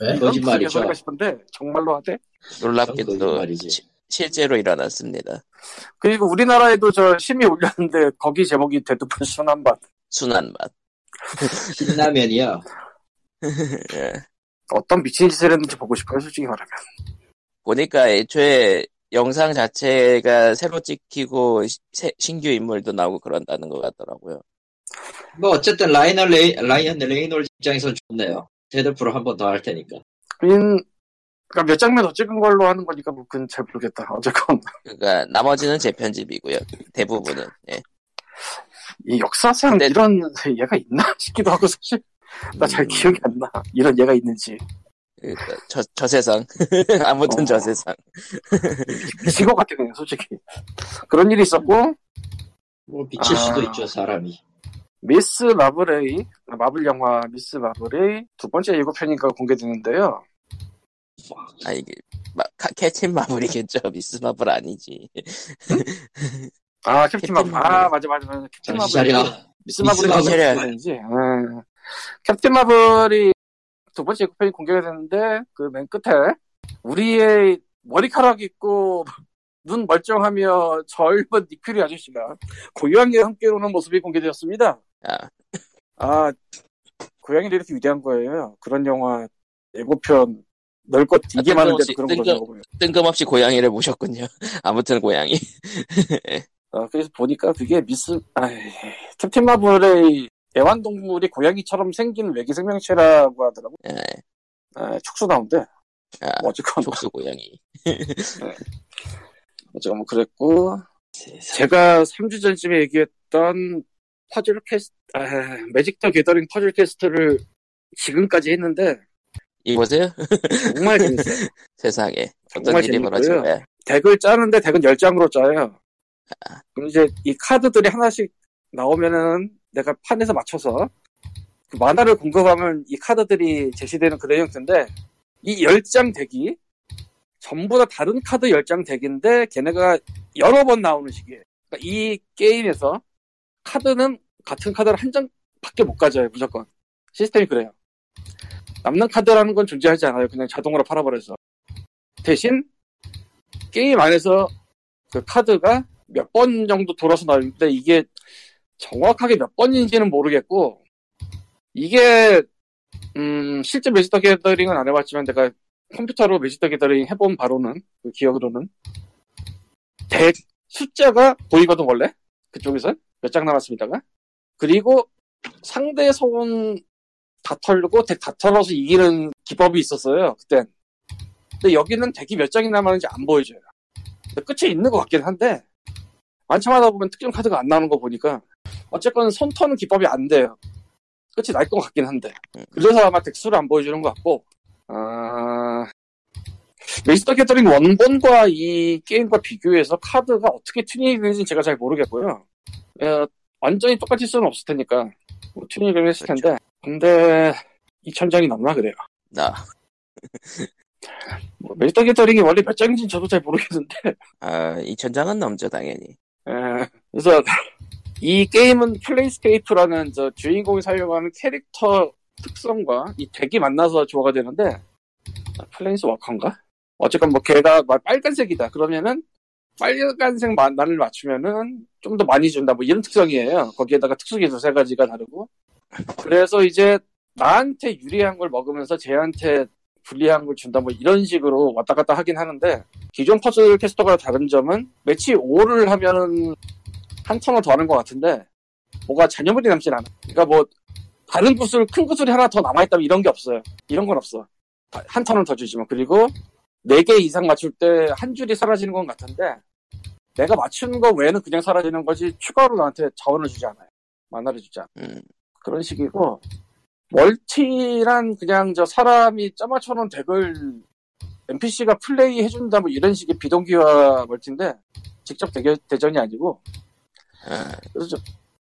S4: 네?
S2: 이런
S3: 거짓말이죠.
S2: 소리가 싶은데 정말로 하대
S3: 그건
S1: 놀랍게도
S3: 말이지.
S1: 시- 실제로 일어났습니다.
S2: 그리고 우리나라에도 저 심의 올렸는데 거기 제목이 데드풀 순한 맛
S1: 순환 맛.
S3: 신라면이요.
S1: 예.
S2: 어떤 미친 짓을 했는지 보고 싶어요, 솔직히 말하면.
S1: 보니까 애초에 영상 자체가 새로 찍히고 시- 새- 신규 인물도 나오고 그런다는 것 같더라고요.
S3: 뭐 어쨌든 라이언 레이 라이언 레이놀 입장에선 좋네요. 데드풀 한번 더 할 테니까.
S2: 그러몇 장면 더 찍은 걸로 하는 거니까 뭐 그건 잘 모르겠다. 어쨌건
S1: 그러니까 나머지는 재편집이고요. 대부분은 예.
S2: 이 역사상
S1: 근데-
S2: 이런 얘가 있나 싶기도 하고 사실 나 잘
S1: 음,
S2: 기억이 안 나. 이런 얘가 있는지
S1: 그러니까 저, 저 세상 아무튼 저
S2: 어.
S1: 세상
S2: 미친 것 같긴 해요, 솔직히. 그런 일이 있었고
S3: 뭐 미칠
S2: 아.
S3: 수도 있죠 사람이.
S2: 미스 마블의 마블 영화 미스 마블의 두 번째 예고편인가 공개되는데요.
S1: 아 이게 마, 카, 캡틴 마블이겠죠. 미스 마블 아니지.
S2: 아
S1: 캡틴
S2: 캡틴 마블.
S1: 마블.
S2: 아
S1: 뭐
S2: 맞아 맞아 맞아. 캡틴
S3: 정신
S2: 마블.
S3: 차려.
S2: 미스 마블이
S1: 미스 마블.
S2: 마블이지. 음. 캡틴 마블이 두 번째 예고편이 공개가 됐는데 그 맨 끝에 우리의 머리카락 있고 눈 멀쩡하며 젊은 니큐리 아저씨가 고양이와 함께 오는 모습이 공개되었습니다.
S1: 아
S2: 아 고양이를 이렇게 위대한 거예요. 그런 영화 예고편 넓고 되게
S1: 아,
S2: 많은데도
S1: 뜬금없이-
S2: 그런
S1: 뜬금-
S2: 거라고 요
S1: 뜬금없이 고양이를 모셨군요. 아무튼 고양이.
S2: 아, 그래서 보니까 그게 미스, 아이, 캡틴 마블의 애완동물이 고양이처럼 생긴 외계 생명체라고 하더라고.
S1: 예.
S2: 아, 촉수 나온대.
S1: 아,
S2: 뭐 어쨌건,
S1: 족수 고양이.
S2: 어쨌건 뭐 그랬고.
S3: 세상에.
S2: 제가 3주 전쯤에 얘기했던 퍼즐 퀘스트, 아, 매직 더 게더링 퍼즐 퀘스트를 지금까지 했는데,
S1: 이보세요.
S2: 정말 재밌어요.
S1: 세상에 어떤
S2: 정말
S1: 일이
S2: 재밌고요.
S1: 벌어진 거야.
S2: 덱을 짜는데 덱은 10장으로 짜요. 그럼 이제 이 카드들이 하나씩 나오면은 내가 판에서 맞춰서 그 만화를 공급하면 이 카드들이 제시되는 그런 형태인데 이 10장 덱이 전부 다 다른 카드 10장 덱인데 걔네가 여러 번 나오는 식이에요. 그러니까 이 게임에서 카드는 같은 카드를 한 장밖에 못 가져요 무조건. 시스템이 그래요. 남는 카드라는 건 존재하지 않아요. 그냥 자동으로 팔아버려서. 대신 게임 안에서 그 카드가 몇 번 정도 돌아서 나오는데 이게 정확하게 몇 번인지는 모르겠고 이게 음, 실제 매직 더 게더링은 안 해봤지만 내가 컴퓨터로 매직 더 게더링 해본 바로는 그 기억으로는 대 숫자가 보이거든 원래 그쪽에서 몇 장 남았습니다가 그리고 상대 손 다 털고 덱 다 털어서 이기는 기법이 있었어요 그땐 근데 여기는 덱이 몇 장이 남았는지 안 보여줘요 근데 끝이 있는 것 같긴 한데 만참하다 보면 특정 카드가 안 나오는 거 보니까 어쨌건 손 터는 기법이 안 돼요 끝이 날 것 같긴 한데 그래서 아마 덱수를 안 보여주는 것 같고 아... 메이스터 캐터링 원본과 이 게임과 비교해서 카드가 어떻게 튜닝이 되는지는 제가 잘 모르겠고요. 어, 완전히 똑같을 수는 없을 테니까 뭐 튜닝을 했을 텐데 근데 2천장이 넘나 그래요.
S1: 나.
S2: 뭐 메이스터 캐터링이 원래 몇 장인지는 저도 잘 모르겠는데
S1: 아, 2000장은 넘죠, 당연히.
S2: 예, 그래서 이 게임은 플레이스케이프라는 저 주인공이 사용하는 캐릭터 특성과 이 덱이 만나서 조화가 되는데 아, 플레이스 워커인가? 어쨌건 뭐 걔가 막 빨간색이다 그러면은 빨간색 마- 난을 맞추면은 좀 더 많이 준다 뭐 이런 특성이에요 거기에다가 특수기술 세 가지가 다르고 그래서 이제 나한테 유리한 걸 먹으면서 쟤한테 불리한 걸 준다 뭐 이런 식으로 왔다 갔다 하긴 하는데 기존 퍼즐 캐스터가 다른 점은 매치 5를 하면은 한 턴을 더 하는 것 같은데 뭐가 잔여물이 남진 않아 그러니까 뭐 다른 구슬 큰 구슬이 하나 더 남아있다면 이런 게 없어요 이런 건 없어 한 턴을 더 주지만 그리고 네 개 이상 맞출 때 한 줄이 사라지는 건 같은데 내가 맞춘 거 외에는 그냥 사라지는 거지 추가로 나한테 자원을 주지 않아요 만화를 주지 않아
S1: 음.
S2: 그런 식이고 멀티란 그냥 저 사람이 짜맞춰놓은 덱을 NPC가 플레이 해준다 뭐 이런 식의 비동기화 멀티인데 직접 대결, 대전이 아니고
S1: 아,
S2: 그래서 좀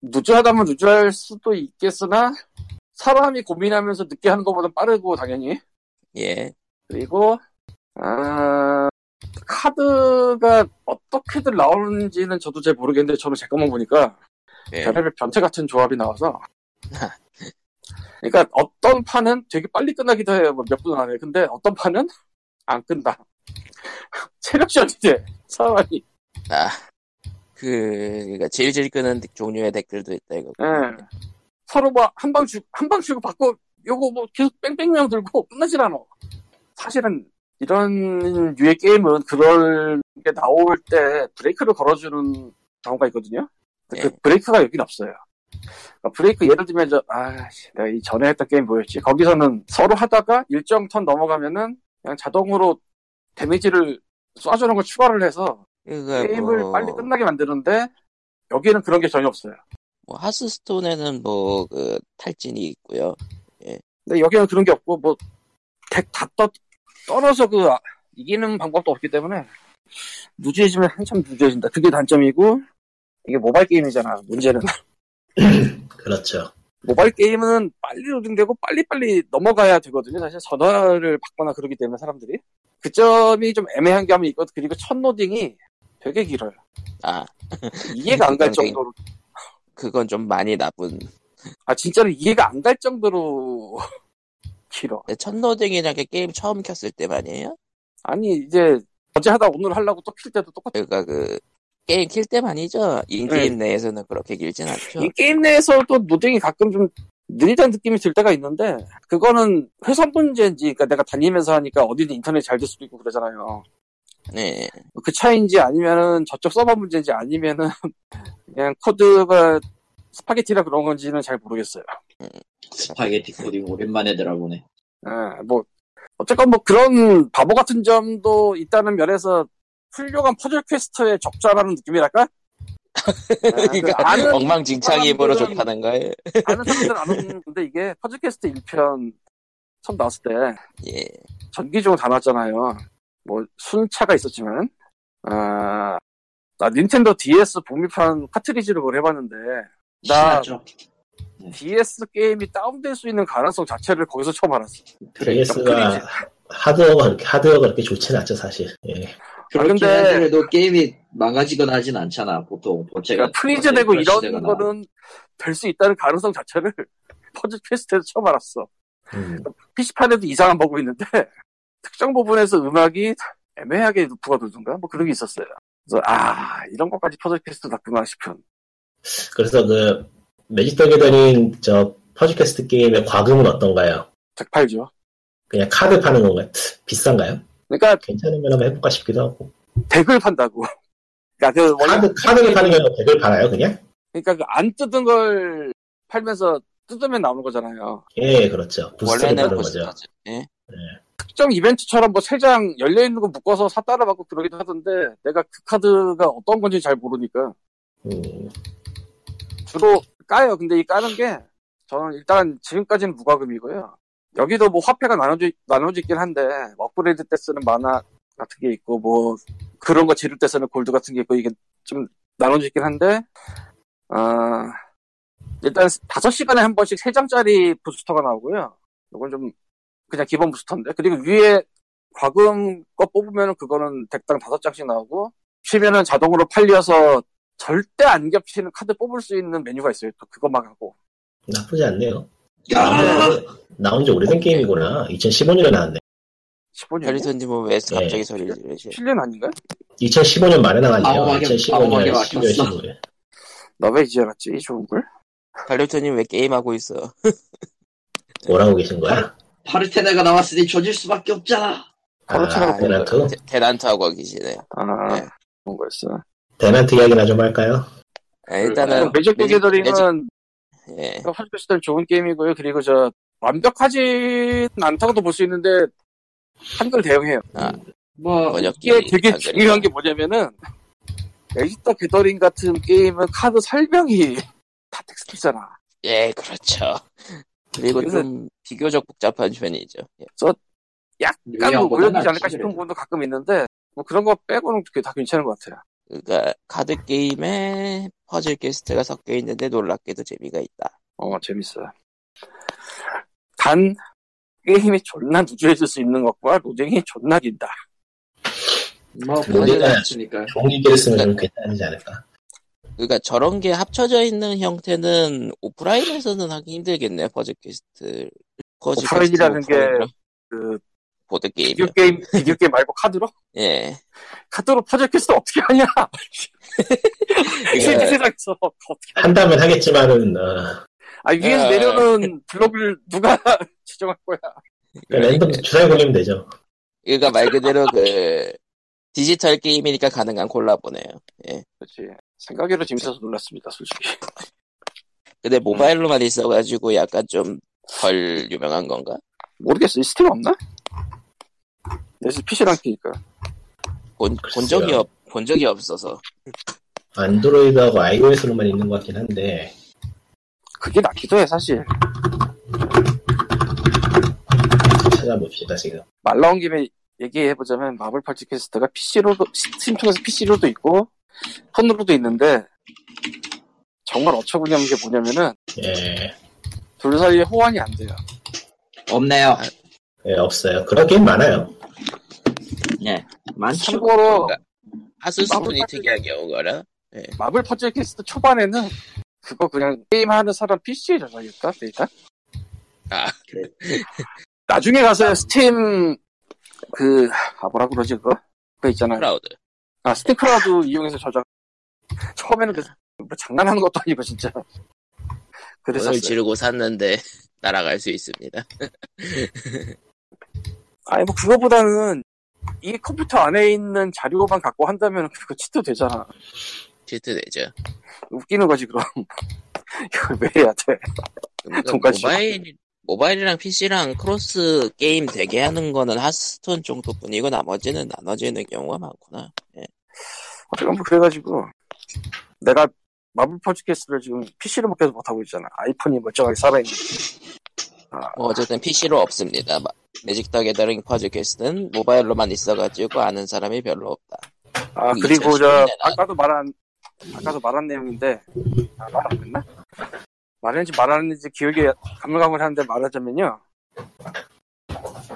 S2: 누추하다면 누추할 수도 있겠으나 사람이 고민하면서 늦게 하는 것보다 빠르고 당연히
S1: 예.
S2: 그리고 아, 카드가 어떻게든 나오는지는 저도 잘 모르겠는데 저는 제 것만 보니까
S1: 예.
S2: 별의별 변태 같은 조합이 나와서 그러니까 어떤 판은 되게 빨리 끝나기도 해요 뭐 몇 분 안에 근데 어떤 판은 안 끈다 체력 시험이 돼 사람이
S1: 아. 그, 그니까, 질질 끄는 종류의 댓글도 있다, 이거.
S2: 예. 서로 뭐한방 주고 한방 주고 받고 요거 뭐 계속 뺑뺑명 들고 끝나질 않아. 사실은 이런 유의 게임은 그럴 게 나올 때 브레이크를 걸어주는 경우가 있거든요. 근데 그 브레이크가 여긴 없어요. 그러니까 브레이크 예를 들면 저 아씨 내가 이 전에 했던 게임 뭐였지? 거기서는 서로 하다가 일정 턴 넘어가면은 그냥 자동으로 데미지를 쏴주는 걸 추가를 해서
S1: 그러니까
S2: 게임을
S1: 뭐,
S2: 빨리 끝나게 만드는데 여기에는 그런 게 전혀 없어요.
S1: 뭐, 하스스톤에는 뭐, 그, 탈진이 있고요.
S2: 근데 여기는 그런 게 없고 뭐, 뭐덱다 떨어서 그 아- 이기는 방법도 없기 때문에 누주해지면 한참 누주해진다. 그게 단점이고 이게 모바일 게임이잖아. 문제는
S4: 그렇죠.
S2: 모바일 게임은 빨리 로딩되고 빨리빨리 넘어가야 되거든요. 사실 전화를 받거나 그러기 때문에 사람들이 그 점이 좀 애매한 게 하면 있고 그리고 첫 로딩이 되게 길어요.
S1: 아,
S2: 이해가 안 갈
S1: 그런 게
S2: 정도로
S1: 그건 좀 많이 나쁜.
S2: 아 진짜로 이해가 안 갈 정도로 길어.
S1: 근데 첫노딩이란 게 게임 처음 켰을 때만이에요?
S2: 아니 이제 어제 하다 오늘 하려고 또 킬 때도 똑같아.
S1: 그러니까 그, 게임 킬 때만이죠? 인게임 내에서는 그렇게 길진 않죠.
S2: 예. 이 게임 내에서도 노딩이 가끔 좀 느리다는 느낌이 들 때가 있는데 그거는 회선 문제인지 그러니까 내가 다니면서 하니까 어디든 인터넷 잘 될 수도 있고 그러잖아요
S1: 네.
S2: 그 차이인지 아니면은 저쪽 서버 문제인지 아니면은 그냥 코드가 스파게티라 그런 건지는 잘 모르겠어요
S3: 스파게티 코딩 오랜만에 들어보네.
S2: 예, 뭐 어쨌건 뭐 그런 바보 같은 점도 있다는 면에서 훌륭한 퍼즐 퀘스트의 적자라는 느낌이랄까? 예, 그
S1: 그러니까
S2: 아는
S1: 엉망진창이므로
S2: 사람들은-
S1: 좋다는 거예요.
S2: 아는 사람들은 안 오는데 이게 퍼즐캐스트 1편 처음 나왔을 때
S1: 예.
S2: 전기적으로 다 나왔잖아요. 뭐 순차가 있었지만 아, 나 닌텐도 DS 북미판 카트리지를 그걸 해봤는데 나
S3: 신났죠?
S2: DS 게임이 다운될 수 있는 가능성 자체를 거기서 처음 알았어.
S3: 네,
S4: VS가 하드웨어가, 하드웨어가 그렇게 좋진 않죠, 사실. 예.
S3: 그렇긴
S2: 근데-
S3: 한데도 게임이 망가지거나 하진 않잖아 보통 본체가
S2: 그러니까 프리즈되고 이런
S3: 크러쉬되거나.
S2: 거는 될 수 있다는 가능성 자체를 퍼즐 퀘스트에서 처음 알았어.
S4: 음.
S2: PC판에도 이상한 버그 있는데 특정 부분에서 음악이 애매하게 루프가 돌던가 뭐 그런 게 있었어요. 그래서 아 이런 것까지 퍼즐 퀘스트 났구나 싶은.
S4: 그래서 그, 매직 더 게더링 저 퍼즐캐스트 게임의 과금은 어떤가요?
S2: 잭팔죠.
S4: 그냥 카드 파는 건가요? 비싼가요?
S2: 그러니까
S4: 괜찮으면 한번 해볼까 싶기도 하고.
S2: 덱을 판다고. 그러니까 그 원래
S4: 카드, 카드를 파는 경우 100을 팔아요, 그냥?
S2: 그러니까 그 안 뜯은 걸 팔면서 뜯으면 나오는 거잖아요.
S4: 예, 그렇죠. 부스터를
S1: 원래는
S4: 파는
S1: 보스
S4: 거죠.
S1: 타죠. 예?
S2: 특정 이벤트처럼 뭐 세 장 열려 있는 거 묶어서 샀다라 받고 그러기도 하던데 내가 그 카드가 어떤 건지 잘 모르니까
S4: 음,
S2: 주로 까요. 근데 이 까는 게 저는 일단 지금까지는 무과금이고요. 여기도 뭐 화폐가 나눠져 나눠져 있긴 한데 업그레이드 때 쓰는 만화 같은 게 있고 뭐 그런 거 재료 때 쓰는 골드 같은 게 있고 이게 좀 나눠져 있긴 한데 아 일단 5시간에 한 번씩 3장짜리 부스터가 나오고요. 이건 좀 그냥 기본 부스터인데 그리고 위에 과금 거 뽑으면 그거는 덱당 5장씩 나오고 쉬면은 자동으로 팔려서 절대 안 겹치는 카드 뽑을 수 있는 메뉴가 있어요. 또 그것만 하고.
S4: 나쁘지 않네요.
S3: 야!
S4: 나온 지 오래된 게임이구나. 2015년에 나왔네.
S2: 15년.
S1: 혈리톤님
S4: 예.
S1: 뭐왜서 갑자기 소리를 지르지?
S2: 7년 아닌가?
S4: 2015년 말에 나왔네요.
S3: 아우하게-
S4: 2015년
S3: 아우하게
S4: 12월
S3: 막혔어.
S4: 15일.
S2: 나 왜 이제 알았지? 이 좋은 걸?
S1: 혈리톤님 왜 게임하고 있어?
S4: 뭐라고 계신 거야?
S3: 파르테네가 나왔으니 조질 수밖에 없잖아
S2: 바로
S4: 아, 대난투?
S1: 대- 대난투하고 계시네.
S2: 아,
S1: 네.
S2: 좋은 거였어.
S4: 대난투 이야기나 좀 할까요?
S1: 아, 일단은
S2: 그러니까 네, 매직 더
S1: 매직-
S2: 게더링은
S1: 예.
S2: 화질표 시절 좋은 게임이고요. 그리고 저 완벽하진 않다고도 볼 수 있는데 한글 대응해요.
S3: 뭐
S1: 번역
S2: 이게
S1: 게임,
S2: 되게
S1: 아, 그러니까.
S2: 네, 중요한 게 뭐냐면은 매직 더 게더링 같은 게임은 카드 설명이 다 텍스트잖아.
S1: 예, 그렇죠. 그리고 좀 비교적 복잡한 편이죠. 예.
S2: 약간 뭐
S3: 유형보다
S2: 무리하지 않을까
S3: 낫지,
S2: 싶은
S3: 그래도.
S2: 부분도 가끔 있는데 뭐 그런 거 빼고는 그게 다 괜찮은 것 같아요.
S1: 그러니까 카드 게임에 퍼즐 퀘스트가 섞여 있는데 놀랍게도 재미가 있다.
S2: 어, 재밌어요. 단, 게임이 존나 누주해질 수 있는 것과 로딩이 존나 긴다.
S3: 뭐
S4: 우리가-
S3: 문제가 있으니까
S4: 종이기를 쓰면 좀 괜찮지 않을까?
S1: 그러니까 저런 게 합쳐져 있는 형태는 오프라인에서는 하기 힘들겠네요. 퍼즐 퀘스트. 퍼즐
S2: 오프라인이라는
S1: 퀘스트는 오프라인으로.
S2: 그,
S1: 보드 게임.
S2: 비디오 게임, 비디오 게임 말고 카드로?
S1: 예.
S2: 카드로 퍼즐 퀘스트 어떻게 하냐!
S1: 네.
S2: 실제
S1: 예.
S2: 세상에서. 어떻게 하냐.
S4: 한다면 하겠지만은, 어,
S2: 아, 위에서
S1: 예.
S2: 내려오는 블록을 누가 지정할 거야.
S4: 그 랜덤 주사위 걸리면 되죠.
S1: 그러니까 말 그대로 그 디지털 게임이니까 가능한 콜라보네요.
S2: 그렇지. 생각으로 재밌어서 놀랐습니다, 솔직히.
S1: 근데 모바일로만 있어가지고 약간 좀 덜 유명한 건가?
S2: 모르겠어. 이 스팀 없나? 그래서 PC랑 끼니까.
S1: 본, 본 적이
S4: 글쎄요.
S1: 없, 본 적이 없어서.
S4: 안드로이드하고 iOS로만 있는 것 같긴 한데,
S2: 그게 낫기도 해, 사실.
S4: 찾아봅시다, 지금.
S2: 말 나온 김에 얘기해보자면 마블 펄치 퀘스트가 PC로도 스팀 통해서 PC로도 있고 폰으로도 있는데 정말 어처구니 없는 게 뭐냐면은
S4: 예,
S2: 둘 사이에 호환이 안 돼요.
S3: 없네요
S4: 예, 없어요. 그런 게임 많아요.
S3: 네 많죠
S2: 참고로
S1: 하스스톤이
S2: 마블
S1: 특이한 경우거라.
S2: 마블 펄치 퀘스트 초반에는 그거 그냥 게임하는 사람 PC에 저장했다 데이터.
S1: 아.
S3: 그래.
S2: 나중에 가서 스팀 그 아, 뭐라 그러지 그거 그거 있잖아요.
S1: 크라우드.
S2: 아 스팀 크라우드 이용해서 저장. 처음에는 그래서 뭐 장난하는 것도 아니고 진짜.
S1: 돈을
S2: 그랬었어요.
S1: 지르고 샀는데 날아갈 수 있습니다.
S2: 아니 뭐 그거보다는 이 컴퓨터 안에 있는 자료만 갖고 한다면 그거 치트 되잖아.
S1: 실트되죠.
S2: 웃기는 거지 그럼. 이걸 왜 해야 돼?
S1: 그러니까
S2: 돈까스.
S1: 모바일 모바일이랑 PC랑 크로스 게임 되게 하는 거는 하스톤 정도뿐이고 나머지는 나눠지는 경우가 많구나.
S2: 어쨌건 뭐 그래가지고 내가 마블 퍼즐 캐스를 지금 PC를 먹해서 못하고 있잖아. 아이폰이 멀쩡하게 살아있는.
S1: 뭐 어쨌든 PC로 없습니다. 마- 매직 더 게더링 퍼즐 퀘스트는 모바일로만 있어가지고 아는 사람이 별로 없다.
S2: 아
S1: 그
S2: 그리고 저
S1: 2010년에 나-
S2: 아까도 말한 아까도 말한 내용인데 아, 말안 했나? 말했는지 말 안 했는지 기억이 가물가물한데 말하자면요.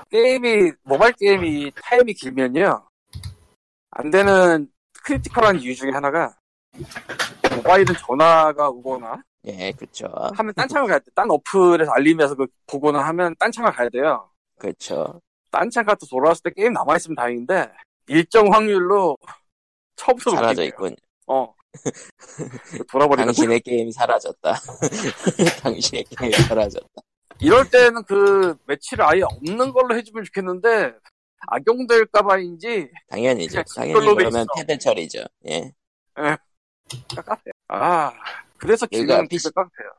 S2: 게임이, 모바일 게임이 타임이 길면요. 안 되는 크리티컬한 이유 중에 하나가 모바일은 전화가 오거나
S1: 예, 그쵸.
S2: 하면 딴 창을 가야 돼. 딴 어플에서 알림에서 그 보거나 하면 딴 창을 가야 돼요.
S1: 그쵸.
S2: 딴 창 갔다 돌아왔을 때 게임 남아있으면 다행인데 일정 확률로 처음부터 못
S1: 사라져
S2: 이겨요.
S1: 있군.
S2: 어. 돌아버리는 거.
S1: 당신의 게임이 사라졌다. 당신의 게임이 사라졌다.
S2: 이럴 때는 그 매치를 아예 없는 걸로 해주면 좋겠는데 악용될까봐인지
S1: 당연히죠.
S2: 그냥
S1: 당연히
S2: 그러니까 그걸로 돼
S1: 그러면
S2: 있어.
S1: 패들 처리죠. 예.
S2: 깝깝해. 아 그래서
S1: 그러니까
S2: 지금
S1: PC
S2: PC 깝해요.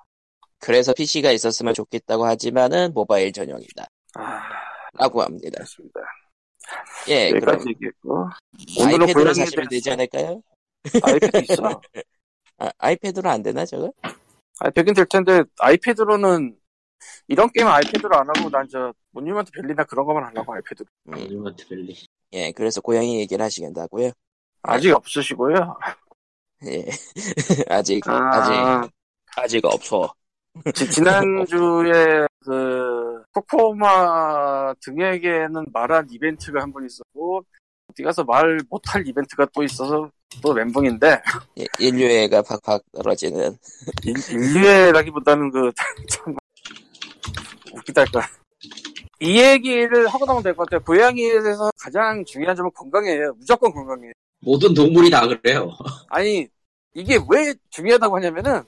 S1: 그래서 PC가 있었으면 좋겠다고 하지만은 모바일 전용이다.
S2: 아
S1: 라고 합니다.
S2: 그렇습니다.
S1: 예, 그럼
S2: 여기까지 얘기했고 그러니까 오늘은
S1: 아이패드로
S2: 고양이에
S1: 사시면 되지 않을까요?
S2: 아이패드 있어.
S1: 아, 아이패드로 안 되나 저거?
S2: 아이패드는 될 텐데 아이패드로는 이런 게임 은 아이패드로 안 하고 난 저 모뉴먼트 벨리나 그런 거만 하려고 아이패드 로
S1: 음,
S3: 일본 트벨리.
S1: 예, 그래서 고양이 얘기를 하시겠다고요?
S2: 아직 없으시고요.
S1: 예, 아직 아직
S2: 아,
S1: 아직 없어.
S2: 지- 지난주에 그 코코마 등에게는 말한 이벤트가 한 번 있었고 어디 가서 말 못할 이벤트가 또 있어서 또 멘붕인데
S1: 예, 인류애가 팍팍 떨어지는
S2: 인- 인류애라기보다는 그 참 웃기달까 이 얘기를 하고 나면 될 것 같아요 고양이에서 가장 중요한 점은 건강이에요 무조건 건강이에요
S3: 모든 동물이 다 그래요.
S2: 아니 이게 왜 중요하다고 하냐면은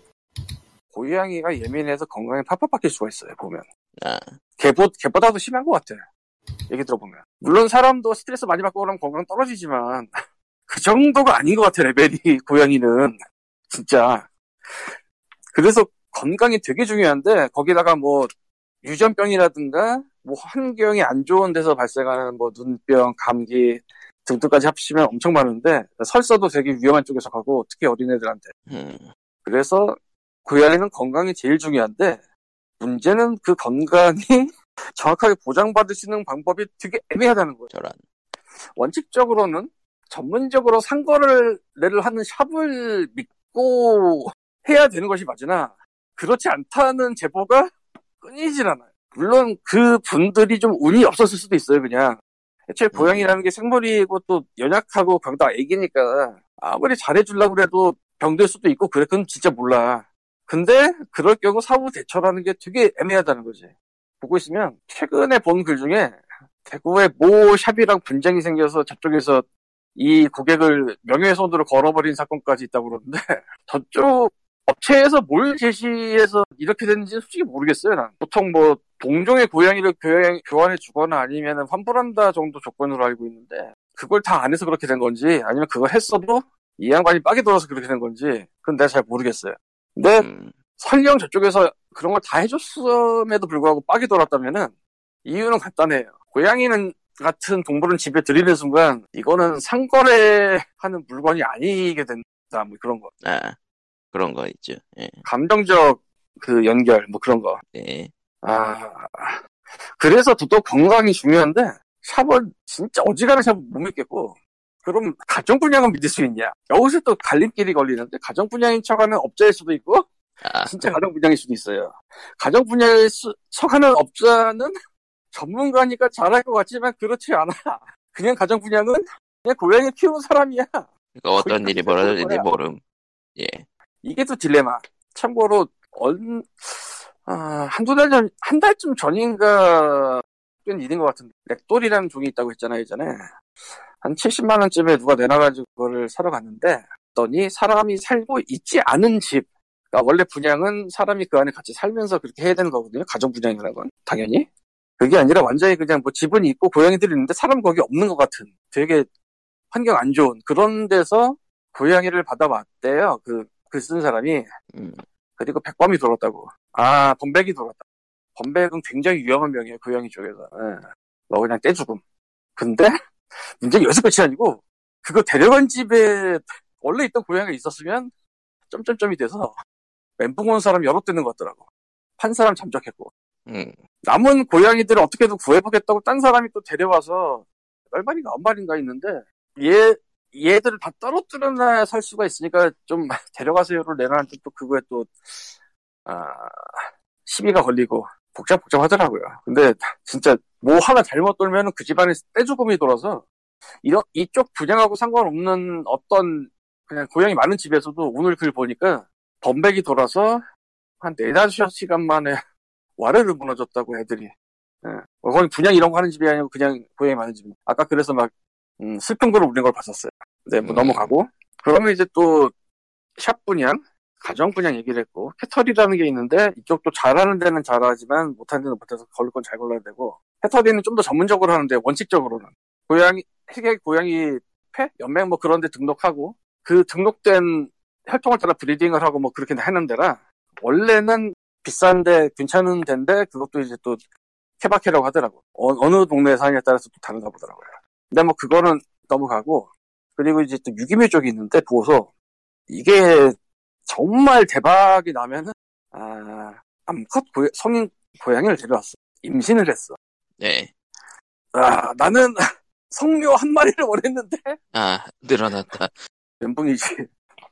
S2: 고양이가 예민해서 건강에 파파바뀔 수가 있어요 보면
S1: 아.
S2: 개보, 개보다도 심한 것 같아 얘기 들어보면 물론 사람도 스트레스 많이 받고 그러면 건강 떨어지지만 그 정도가 아닌 것 같아 레벨이 고양이는 진짜 그래서 건강이 되게 중요한데 거기다가 뭐 유전병이라든가 뭐 환경이 안 좋은 데서 발생하는 뭐 눈병, 감기, 등등까지 합치면 엄청 많은데 설사도 되게 위험한 쪽에 속하고 특히 어린애들한테
S1: 음,
S2: 그래서 고양이는 건강이 제일 중요한데 문제는 그 건강이 정확하게 보장받을 수 있는 방법이 되게 애매하다는 거예요
S1: 저런.
S2: 원칙적으로는 전문적으로 상거를 내를 하는 샵을 믿고 해야 되는 것이 맞으나 그렇지 않다는 제보가 끊이질 않아요 물론 그 분들이 좀 운이 없었을 수도 있어요 그냥 애초에
S1: 음.
S2: 고양이라는 게 생물이고 또 연약하고 강도 애기니까 아무리 잘해주려고 해도 병들 수도 있고 그래 그건 진짜 몰라 근데 그럴 경우 사후 대처라는 게 되게 애매하다는 거지 보고 있으면 최근에 본 글 중에 대구의 모 샵이랑 분쟁이 생겨서 저쪽에서 이 고객을 명예훼손으로 걸어버린 사건까지 있다고 그러는데 저쪽 업체에서 뭘 제시해서 이렇게 됐는지 솔직히 모르겠어요 난 보통 뭐 동종의 고양이를 교양- 교환해 주거나 아니면 환불한다 정도 조건으로 알고 있는데 그걸 다 안 해서 그렇게 된 건지 아니면 그걸 했어도 이 양반이 빡이 돌아서 그렇게 된 건지 그건 내가 잘 모르겠어요 근데
S1: 음,
S2: 설령 저쪽에서 그런 걸 다 해줬음에도 불구하고 빡이 돌았다면은 이유는 간단해요. 고양이는 같은 동물은 집에 들이는 순간 이거는 상거래하는 물건이 아니게 된다 뭐 그런 거
S1: 아 그런 거 있죠. 예,
S2: 감정적 그 연결 뭐 그런 거.
S1: 예.
S2: 아 그래서 또 건강이 중요한데 샵은 진짜 어지간한 샵은 못 믿겠고 그럼 가정 분양은 믿을 수 있냐? 여기서 또 갈림길이 걸리는데 가정 분양인 척하는 업자일 수도 있고
S1: 아,
S2: 진짜 가정 분야일 수도 있어요. 가정 분야에 수- 속하는 업자는 전문가니까 잘할 것 같지만 그렇지 않아. 그냥 가정 분야는 그냥 고양이 키우는 사람이야.
S1: 그러니까 어떤
S2: 거기까지
S1: 일이 벌어질지
S2: 거야.
S1: 모름. 예,
S2: 이게 또 딜레마. 참고로 얼- 아, 한두 달 전, 한 달쯤 전인가 꽤 일인 것 같은데 렉돌이라는 종이 있다고 했잖아요 예전에 한 70만 원쯤에 누가 내놔가지고 그거를 사러 갔는데 더니 사람이 살고 있지 않은 집 그러니까 원래 분양은 사람이 그 안에 같이 살면서 그렇게 해야 되는 거거든요 가정 분양이라는 건 당연히 그게 아니라 완전히 그냥 뭐 집은 있고 고양이들이 있는데 사람 거기 없는 것 같은 되게 환경 안 좋은 그런 데서 고양이를 받아왔대요 그 글 쓴 사람이
S1: 음,
S2: 그리고 백범이 돌았다고. 아, 범백이 돌았다. 범백은 굉장히 위험한 병이에요, 고양이 쪽에서. 예. 너 그냥 떼죽음. 근데, 문제는 여기서 끝이 아니고, 그거 데려간 집에 원래 있던 고양이가 있었으면, 점점점이 돼서, 멘붕 온 사람 여럿 되는 것 같더라고. 한 사람 잠적했고.
S1: 음,
S2: 남은 고양이들을 어떻게든 구해보겠다고 딴 사람이 또 데려와서, 열 마리가 아홉 마리인가 있는데, 얘, 얘들을 다 떨어뜨려놔야 살 수가 있으니까 좀 데려가세요를 내놔는데 또 그거에 또 아, 시비가 걸리고 복잡복잡하더라고요. 근데 진짜 뭐 하나 잘못 돌면 그 집안에 떼죽음이 돌아서 이런 이쪽 분야하고 상관없는 어떤 그냥 고양이 많은 집에서도 오늘 글 보니까 범백이 돌아서 한 네다섯 시간 만에 와르르 무너졌다고 애들이. 예. 뭐 거기 분양 이런 거 하는 집이 아니고 그냥 고양이 많은 집. 아까 그래서 막 음, 슬픈 글을 올린 걸 봤었어요. 네, 뭐
S1: 음.
S2: 넘어가고. 그러면 이제 또 샵 분양, 가정 분양 얘기를 했고 캐터리라는 게 있는데 이쪽도 잘하는 데는 잘하지만 못하는 데는 못해서 걸릴 건 잘 걸러야 되고 캐터리는 좀 더 전문적으로 하는데 원칙적으로는 고양이 세계 고양이 폐 연맹 뭐 그런 데 등록하고 그 등록된 혈통을 따라 브리딩을 하고 뭐 그렇게 하는 데라 원래는 비싼데 괜찮은 데인데 그것도 이제 또 케바케라고 하더라고 어, 느 동네에 사느냐에 따라서 또 다른가 보더라고요 근데 뭐 그거는 넘어가고 그리고 이제 또 유기묘 쪽이 있는데 보고서 이게 정말 대박이 나면은 아 암컷 고- 성인 고양이를 데려왔어 임신을 했어
S1: 네.
S2: 아 나는 성묘 한 마리를 원했는데
S1: 아, 늘어났다.
S2: 멘붕이지.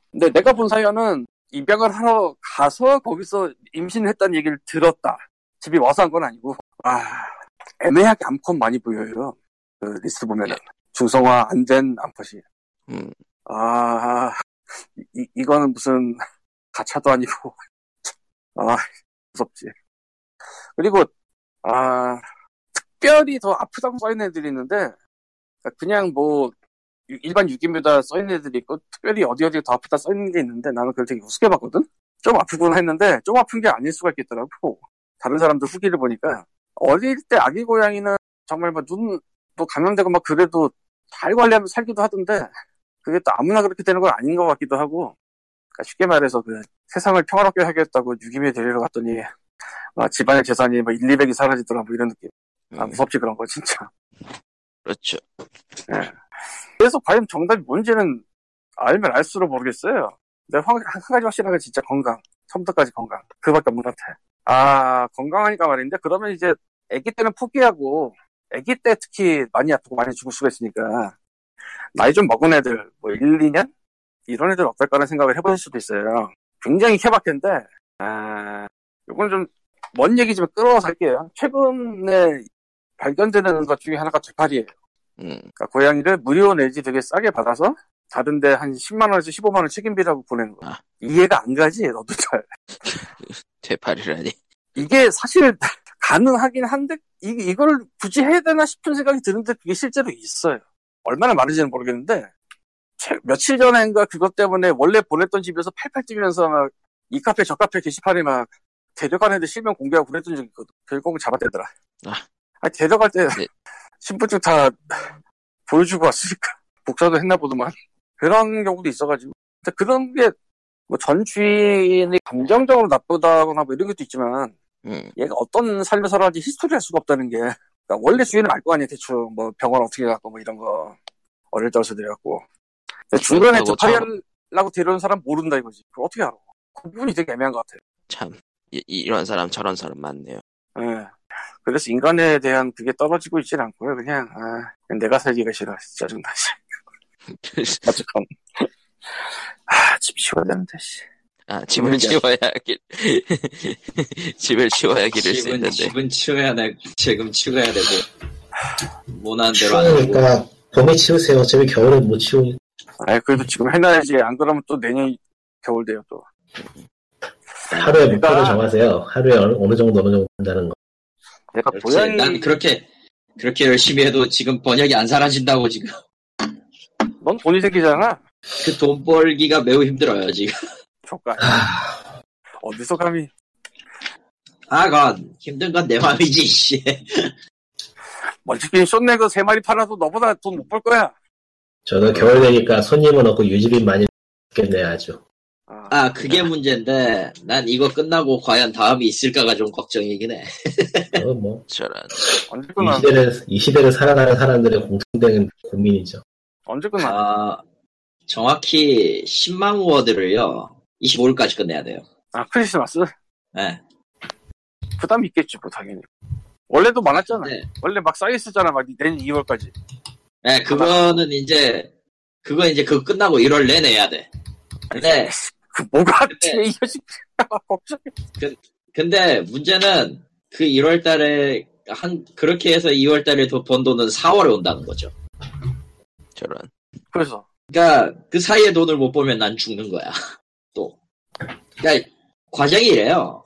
S2: 근데 내가 본 사연은 입양을 하러 가서 거기서 임신했다는 얘기를 들었다. 집에 와서 한 건 아니고. 아, 애매하게 암컷 많이 보여요. 그 리스트 보면은. 중성화 안 된 암컷이.
S1: 음,
S2: 아, 이, 이거는 무슨 가차도 아니고. 아, 무섭지. 그리고, 아, 특별히 더 아프다고 써있는 애들이 있는데, 그냥 뭐, 유- 일반 6인보다 써있는 애들이 있고, 특별히 어디 어디 더 아프다 써있는 게 있는데, 나는 그걸 되게 우습게 봤거든? 좀 아프구나 했는데, 좀 아픈 게 아닐 수가 있겠더라고. 다른 사람들 후기를 보니까, 어릴 때 아기 고양이는 정말 막 눈, 뭐 감염되고 막 그래도 잘 관리하면 살기도 하던데, 그게 또 아무나 그렇게 되는 건 아닌 것 같기도 하고, 그러니까 쉽게 말해서 그 세상을 평화롭게 하겠다고 유기묘 데리러 갔더니, 막 집안의 재산이 막 1, 200이 사라지더라, 뭐 이런 느낌. 아,
S1: 음,
S2: 무섭지, 그런 거, 진짜.
S1: 그렇죠.
S2: 그래서 과연 정답이 뭔지는 알면 알수록 모르겠어요. 근데 확- 한 가지 확실하게 진짜 건강. 처음부터까지 건강. 그밖에 없는 것 같아. 아, 건강하니까 말인데, 그러면 이제 아기 때는 포기하고, 아기 때 특히 많이 아프고 많이 죽을 수가 있으니까, 나이 좀 먹은 애들, 뭐 1, 2년? 이런 애들 어떨까라는 생각을 해보실 수도 있어요. 굉장히 케바케인데, 아, 요건 좀, 먼 얘기지만 끌어서 할게요. 최근에 발견되는 것 중에 하나가 되팔이에요.
S1: 음,
S2: 그러니까 고양이를 무료 내지 되게 싸게 받아서 다른데 한 10만원에서 15만원 책임비라고 보내는 거야.
S1: 아.
S2: 이해가 안 가지, 너도 잘.
S1: 되팔이라니.
S2: 이게 사실 가능하긴 한데, 이, 이걸 굳이 해야 되나 싶은 생각이 드는데 그게 실제로 있어요. 얼마나 많은지는 모르겠는데, 최- 며칠 전인가 그것 때문에 원래 보냈던 집에서 팔팔 뛰면서 막 이 카페 저 카페 게시판에 막 데려가는 애들 실명 공개하고 그랬던 적이 있거든. 결국은 잡아대더라.
S1: 아.
S2: 아, 데려갈 때
S1: 네.
S2: 신분증 다 보여주고 왔으니까 복사도 했나 보더만 그런 경우도 있어가지고 근데 그런 게 뭐 전 주인이 감정적으로 나쁘다거나 뭐 이런 것도 있지만
S1: 음,
S2: 얘가 어떤 삶을 살아왔는지 히스토리를 알 수가 없다는 게 그러니까 원래 주인을 알 거 아니에요 대충 뭐 병원 어떻게 갔고 뭐 이런 거 어릴 때어서 데려갔고
S3: 그렇죠.
S2: 근데 중간에
S1: 그렇다고
S2: 저파리하려고 데려온 사람 모른다 이거지 그걸 어떻게 알아 그 부분이 되게 애매한 것 같아요
S1: 참. 이, 이런 사람, 저런 사람 많네요.
S2: 예. 그래서 인간에 대한 그게 떨어지고 있진 않고요. 그냥 아, 그냥 내가 살기가 싫어. 짜증나. 씨. 어쨌건 아, 집 치워야 되는데. 씨.
S1: 아, 집을
S3: 그러니까.
S1: 치워야 길, 집을 치워야 길을
S3: 집은,
S1: 쓰는데.
S3: 집은 치워야 돼. 지금 치워야 되고. 못하는 대로 안 하고.
S4: 추우니까 봄에 치우세요. 어차피 겨울은 못 치우니.
S2: 아, 그래도 지금 해놔야지. 안 그러면 또 내년 겨울 돼요 또.
S4: 하루에 목표를
S2: 그러니까-
S4: 정하세요. 하루에 어느, 어느 정도 어느 정도 한다는 거.
S2: 내가
S3: 그렇지.
S2: 고양이
S3: 난 그렇게, 그렇게 열심히 해도 지금 번역이 안 사라진다고 지금.
S2: 넌 돈이 생기잖아.
S3: 그 돈 벌기가 매우 힘들어요, 지금.
S2: 조카.
S4: 아,
S2: 어디서 감히?
S3: 아, 건. 힘든 건 내 맘이지, 씨.
S2: 멀티킨 쇼내그 세 마리 팔아도 너보다 돈 못 벌 거야.
S4: 저는 겨울 되니까 손님은 없고 유지비 많이 겠네요 아주.
S2: 아,
S3: 아, 그게 문제인데, 난 이거 끝나고 과연 다음이 있을까가 좀 걱정이긴 해.
S4: 그건 뭐.
S1: 저런.
S2: 언제
S4: 이
S2: 끝나?
S4: 시대를, 이 시대를 살아가는 사람들의 공통된 고민이죠.
S2: 언제 끝나?
S3: 아, 정확히 10만 워드를요, 25일까지 끝내야 돼요.
S2: 아, 크리스마스.
S3: 네.
S2: 부담 있겠지 뭐 당연히. 원래도 많았잖아.
S3: 네.
S2: 원래 막 쌓여 있었잖아. 막 내년 2월까지.
S3: 네, 그거는 이제, 그거 이제 그거 끝나고 1월 내내 해야 돼. 근데,
S2: 그 뭐가
S3: 네.
S2: 이 자식
S3: 근데 문제는 그 1월 달에 한 그렇게 해서 2월 달에 더 번 돈은 4월에 온다는 거죠.
S1: 저런.
S2: 그래서
S3: 그러니까 그 사이에 돈을 못 보면 난 죽는 거야. 또. 그러니까 과정이 이래요.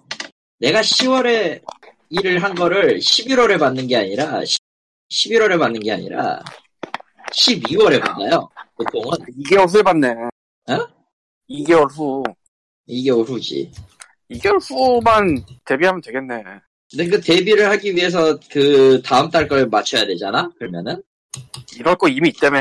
S3: 내가 10월에 일을 한 거를 11월에 받는 게 아니라 11월에 받는 게 아니라 12월에 받아요. 보통은
S2: 2개월 후에 봤네.
S3: 어?
S2: 2개월 후.
S3: 2개월 후지.
S2: 2개월 후만 데뷔하면 되겠네.
S3: 근데 그 데뷔를 하기 위해서 그 다음 달 걸 맞춰야 되잖아. 그러면은
S2: 이럴 거 이미 있다며.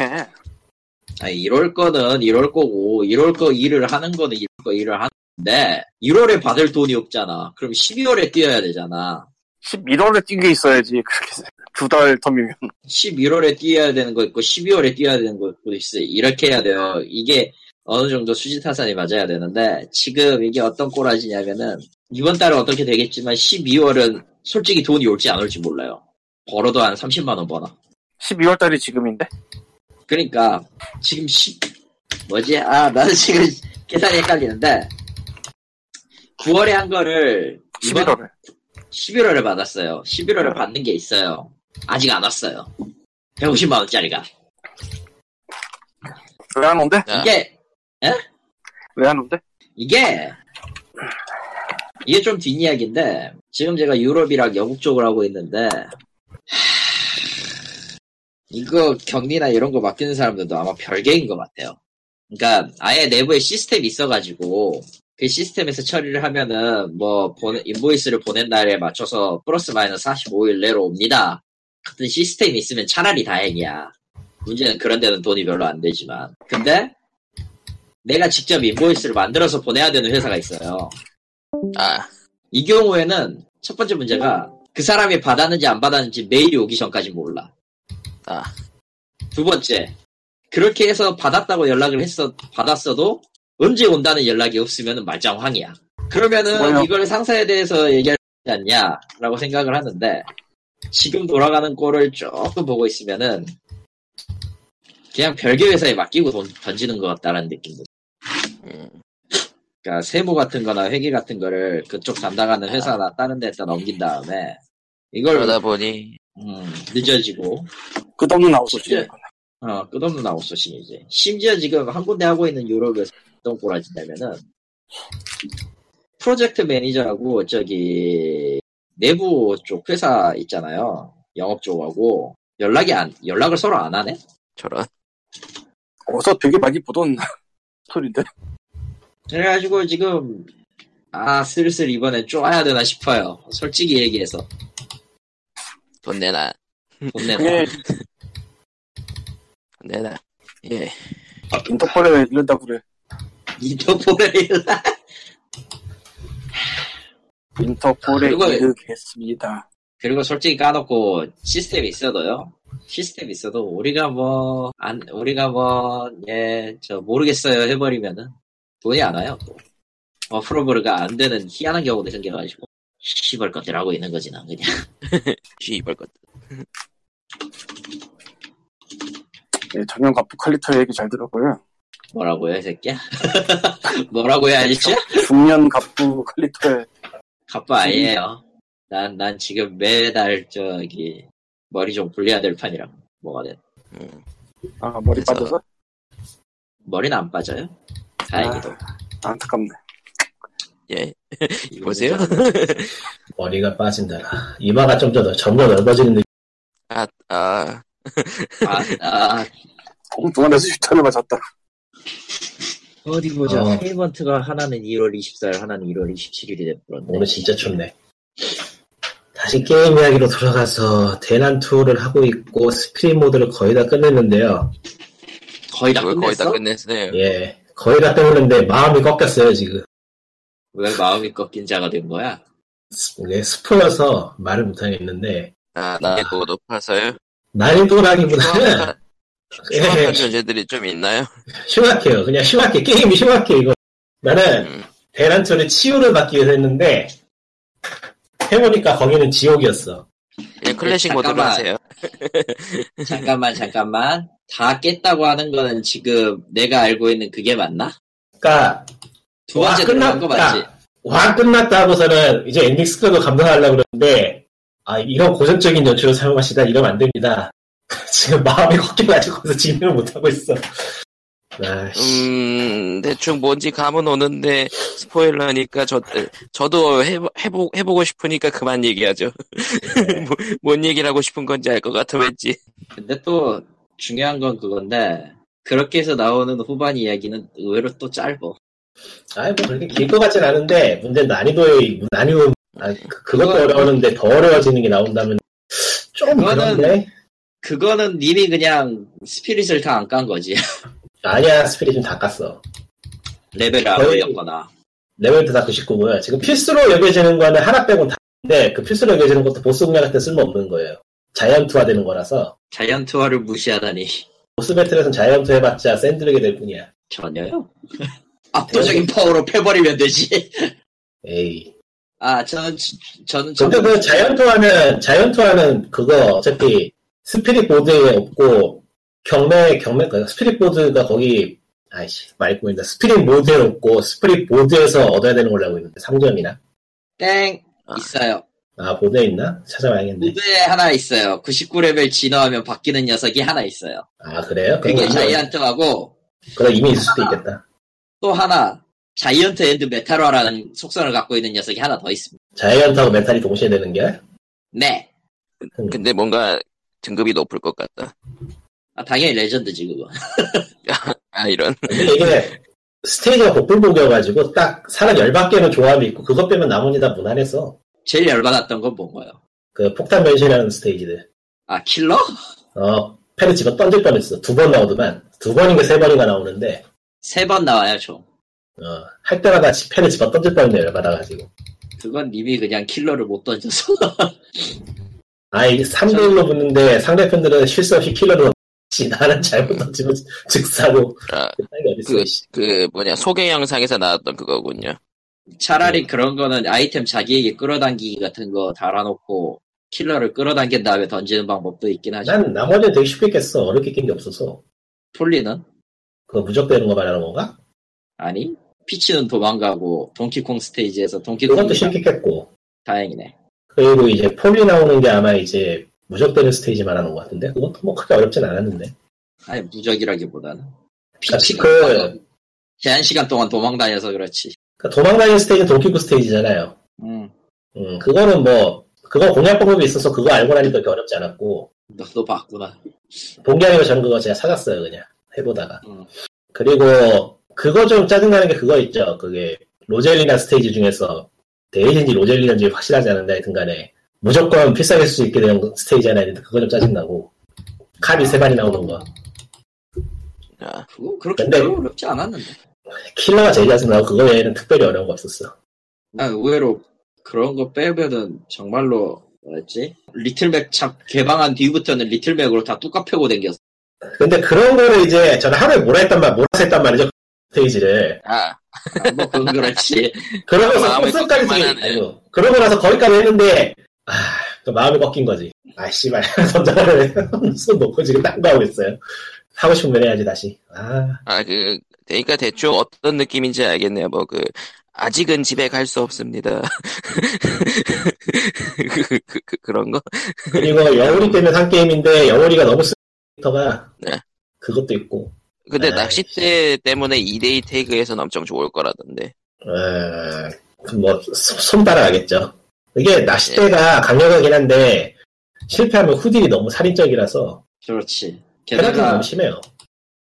S3: 아, 이럴 거는 이럴 거고, 이럴 거 일을 하는 거는 이럴 거 일을 하는데, 1월에 받을 돈이 없잖아. 그럼 12월에 뛰어야 되잖아.
S2: 11월에 뛴 게 있어야지. 그렇게 두 달 텀이면.
S3: 11월에 뛰어야 되는 거 있고, 12월에 뛰어야 되는 거 있고, 있어. 이렇게 해야 돼요. 이게 어느 정도 수지타산이 맞아야 되는데, 지금 이게 어떤 꼬라지냐면은, 이번 달은 어떻게 되겠지만, 12월은 솔직히 돈이 올지 안 올지 몰라요. 벌어도 한 30만원 버나.
S2: 12월 달이 지금인데?
S3: 그러니까 지금 시, 뭐지? 아 나는 지금 계산이 헷갈리는데 9월에 한 거를 이번
S2: 11월에.
S3: 11월에 받았어요. 11월에 받는 게 있어요. 아직 안 왔어요. 150만 원짜리가
S2: 왜 안 온대?
S1: 아,
S3: 이게
S2: 왜 안 온대?
S3: 이게 이게 좀 뒷이야기인데 지금 제가 유럽이랑 영국 쪽을 하고 있는데 하, 이거 격리나 이런 거 맡기는 사람들도 아마 별개인 것 같아요. 그러니까 아예 내부에 시스템이 있어가지고 그 시스템에서 처리를 하면은 뭐 보내- 인보이스를 보낸 날에 맞춰서 플러스 마이너스 45일 내로 옵니다. 같은 시스템이 있으면 차라리 다행이야. 문제는 그런 데는 돈이 별로 안 되지만 근데 내가 직접 인보이스를 만들어서 보내야 되는 회사가 있어요.
S1: 아,
S3: 이 경우에는 첫 번째 문제가 그 사람이 받았는지 안 받았는지 메일이 오기 전까지 몰라.
S1: 아.
S3: 두 번째, 그렇게 해서 받았다고 연락을 했어, 받았어도 언제 온다는 연락이 없으면 말짱황이야. 그러면은
S2: 뭐요?
S3: 이걸 상사에 대해서 얘기하지 않냐라고 생각을 하는데 지금 돌아가는 꼴을 조금 보고 있으면은 그냥 별개 회사에 맡기고 돈 던지는 것 같다는 느낌도
S1: 음,
S3: 그러니까 세무 같은 거나 회계 같은 거를 그쪽 담당하는 회사나 다른 데다 넘긴 다음에 이걸
S1: 그러다 보니
S3: 음, 늦어지고
S2: 끝없는 아웃소싱.
S3: 어, 끝없는 아웃소싱이지 심지어 지금 한 군데 하고 있는 유럽에서 어떤 꼬라진다면은 프로젝트 매니저라고 저기 내부 쪽 회사 있잖아요 영업 쪽하고 연락이 안 연락을 서로 안 하네
S1: 저런.
S2: 어서 되게 많이 보던 소리인데.
S3: 그래가지고 지금 아 슬슬 이번엔 쪼아야 되나 싶어요 솔직히 얘기해서
S1: 돈 내놔,
S3: 돈 내놔
S2: 그게
S1: 돈 내놔. 예,
S2: 인터폴에 이런다고 그래.
S3: 인터폴에
S2: 인터폴에
S3: 그거-
S2: 이르겠습니다.
S3: 그리고 솔직히 까놓고 시스템이 있어도요. 시스템 이 있어도 우리가 뭐, 안, 우리가 뭐, 예, 저, 모르겠어요 해버리면은 돈이 안 와요. 또. 어프로브가 안 되는 희한한 경우도 생겨가지고. 시벌 것들 하고 있는 거지, 난 그냥.
S1: 씨발 것.
S2: 예, 작년 과부 칼리터 얘기 잘 들었고요.
S3: 뭐라고요, 이 새끼야? 뭐라고요, 아저씨?
S2: 중년 과부 칼리터의
S3: 갑바 아니에요. 난, 난 지금 매달 저기, 머리 좀 굴려야 될 판이라. 뭐가 돼?
S1: 음,
S2: 아, 머리
S1: 그래서-
S2: 빠져서
S3: 머리는 안 빠져요? 다행히도.
S2: 아, 안타깝네.
S1: 예, 보세요.
S4: 머리가 빠진다. 이마가 좀 더 점점 넓어지는 느낌.
S1: 아, 아,
S3: 아, 아,
S2: 엉뚱한에서 유탄을 맞았다.
S3: 어디 보자.
S4: 어.
S3: 페이먼트가 하나는 1월 24일, 하나는 1월 27일이 됐던데.
S4: 오늘 진짜 춥네. 다시 게임 이야기로 돌아가서 대난 투어를 하고 있고 스피릿 모드를 거의 다 끝냈는데요.
S3: 거의 다
S1: 그걸
S3: 끝냈어?
S1: 거의 다 끝냈어요.
S4: 예, 거의 다 끝냈는데 마음이 꺾였어요 지금.
S3: 왜 마음이 꺾인 자가 된 거야?
S4: 이게 스포여서 말을 못하겠는데
S1: 아, 난이도 높아서요.
S3: 예.
S1: 아,
S4: 난이도라기보다는 예,
S1: 흉악한 존재들이 좀 있나요?
S4: 심각해요. 그냥 심각해. 게임이 심각해 이거.
S3: 예.
S4: 나는
S1: 음,
S4: 대난 투어를 치유를 받기 위해서 했는데 해보니까 거기는 지옥이었어.
S1: 그냥 클래식 모드로
S3: 잠깐만.
S1: 하세요.
S3: 잠깐만, 잠깐만. 다 깼다고 하는 거는 지금 내가 알고 있는 그게 맞나?
S4: 그러니까
S3: 두 번째 들어간 거 맞지?
S4: 와 끝났다 하고서는 이제 엔딩 스크롤 감상하려고 그러는데 아 이런 고전적인 연출을 사용하시다 이러면 안 됩니다. 지금 마음이 꺾여가지고서 진행을 못 하고 있어. 아씨.
S1: 음, 대충 뭔지 감은 오는데 스포일러니까 저 저도 해보 해보 해보고 싶으니까 그만 얘기하죠. 뭐- 뭔 얘기를 하고 싶은 건지 알 것 같아 왠지.
S3: 근데 또 중요한 건 그건데 그렇게 해서 나오는 후반 이야기는 의외로 또 짧어.
S4: 아니 뭐 그렇게 길 것 같진 않은데 문제 는 난이도의 난이도 아, 그- 그것도
S3: 네. 그건-
S4: 어려우는데 더 어려워지는 게 나온다면 좀
S3: 그거는-
S4: 그런데
S3: 그거는 님이 그냥 스피릿을 다 안 깐 거지.
S4: 아니야 스피릿 좀다 깠어.
S3: 레벨을 안
S4: 거의-
S3: 올렸거나.
S4: 레벨도 다 99고요. 지금 필수로 여겨지는 거는 하나 빼고 다 있는데 그 필수로 여겨지는 것도 보스 공략할 때 쓸모없는 거예요. 자이언트화 되는 거라서
S3: 자이언트화를 무시하다니.
S4: 보스 배틀에서는 자이언트 해봤자 샌드르게 될 뿐이야.
S3: 전혀요. 압도적인 파워로 패버리면 되지.
S4: 에이.
S3: 아, 저는, 지- 저는,
S4: 근데 그 자이언트화는 자이언트화는 그거 어차피 스피릿 보드에 없고 경매 경매 그 스피릿 보드가 거기 아이씨 많이 꼬인다. 스피릿 모드에 없고 스피릿 보드에서 얻어야 되는 걸로 알고 있는데 3점이나
S3: 땡!
S1: 아.
S3: 있어요.
S4: 아 보드에 있나 찾아봐야겠네.
S3: 무드에 하나 있어요. 99레벨 진화하면 바뀌는 녀석이 하나 있어요.
S4: 아 그래요? 그럼
S3: 그게
S4: 이미-
S3: 자이언트하고
S4: 그럼 이미 있을 수도 있겠다.
S3: 또 하나, 자이언트 앤드 메탈화라는 속성을 갖고 있는 녀석이 하나 더 있습니다.
S4: 자이언트하고 메탈이 동시에 되는 게
S3: 네.
S1: 근데 뭔가 등급이 높을 것 같다.
S3: 아, 당연히 레전드지, 그거.
S1: 아 이런.
S4: 근데 이게 스테이지가 복불복이어가지고 딱 사람 열받게는 조합이 있고 그것 빼면 나머지 다 무난해서
S3: 제일 열받았던 건 뭔가요?
S4: 그 폭탄 변신하는 스테이지들
S3: 아, 킬러?
S4: 어 패를 집어 던질 뻔했어 두 번 나오더만 두 번인가 세 번인가 나오는데
S3: 세 번 나와요, 총.
S4: 어, 할 때마다 지- 패를 집어 던질 뻔했네 열받아가지고
S3: 그건 님이 그냥 킬러를 못 던져서.
S4: 아 이게 3대1로 붙는데 상대편들은 실수 없이 킬러로 씨 나는 잘못 던지면 즉사고
S1: 아,
S4: 그 땅이 어딨어
S1: 그,
S4: 씨.
S1: 그 뭐냐 소개 영상에서 나왔던 그거군요.
S3: 차라리
S4: 음.
S3: 그런 거는 아이템 자기에게 끌어당기기 같은 거 달아놓고 킬러를 끌어당긴 다음에 던지는 방법도 있긴 하죠.
S4: 난 나머지는 되게 쉽게 깼어 어렵게 깬 게 없어서
S3: 폴리는?
S4: 그거 무적되는 거 말하는 건가?
S3: 아니. 피치는 도망가고 동키콩 스테이지에서 동키콩
S4: 그것도 쉽게 깼고
S3: 다행이네.
S4: 그리고 이제 폴이 나오는 게 아마 이제 무적되는 스테이지 말하는 것 같은데 그건 뭐 크게 어렵진 않았는데
S3: 아니 무적이라기보다는
S4: 같이
S3: 피치가
S4: 그
S3: 제한 시간 동안 도망다녀서 그렇지.
S4: 그 도망다니는 스테이지는 도키쿠 스테이지잖아요
S3: 음,
S4: 음 그거는 뭐 그거 공략 방법이 있어서 그거 알고 나니까 그렇게 어렵지 않았고
S3: 너도 봤구나.
S4: 본 게 아니고 저는 그거 제가 사갔어요 그냥 해보다가
S3: 음.
S4: 그리고 그거 좀 짜증나는 게 그거 있죠 그게 로젤리나 스테이지 중에서 데이지인지 로젤리나인지 확실하지 않은데 하여튼 간에 무조건 필살기 쓸수 있게 되는 스테이지 하나 있는데 그거 좀 짜증나고 칼이 세 발이 나오는 거
S1: 아,
S3: 그거 그렇게
S4: 근데-
S3: 별로 어렵지 않았는데.
S4: 킬러가 제일 짜증나고 그거 외에는 특별히 어려운 거 없었어.
S3: 난 아, 의외로 그런 거 빼면은 정말로 뭐였지? 리틀맥 참 개방한 뒤부터는 리틀맥으로 다 뚜까 패고 댕겼어.
S4: 근데 그런 거를 이제 저는 하루에 몰아 했단 말, 몰아서 했단 말이죠. 스테이지를.
S1: 아
S3: 아, 뭐 그건 그렇지.
S4: 그러고서
S1: 마음이
S4: 끝까지
S1: 꺾일
S4: 되게-
S1: 만하네.
S4: 아이고. 그러고 나서 거기까지 했는데, 아, 그 마음이 꺾인 거지. 아, 씨발. 전자를 손 놓고 지금 딴거 하고 있어요. 하고 싶은 면 해야지, 다시. 아,
S1: 아, 그, 그러니까 대충 어떤 느낌인지 알겠네요. 뭐, 그, 아직은 집에 갈 수 없습니다. 그, 그, 그, 그런 거?
S4: 그리고 영월이 때문에 산 게임인데, 영월이가 너무 쓰 캐릭터가
S1: 네.
S4: 그것도 있고,
S1: 근데
S4: 에이.
S1: 낚싯대 때문에 2대2 태그에서는 엄청 좋을 거라던데.
S4: 아, 그 뭐, 손- 손 따라가겠죠. 이게 낚싯대가 강력하긴 한데, 실패하면 후딜이 너무 살인적이라서,
S3: 그렇지.
S1: 네,
S4: 페널티
S3: 게다가
S4: 너무 심해요.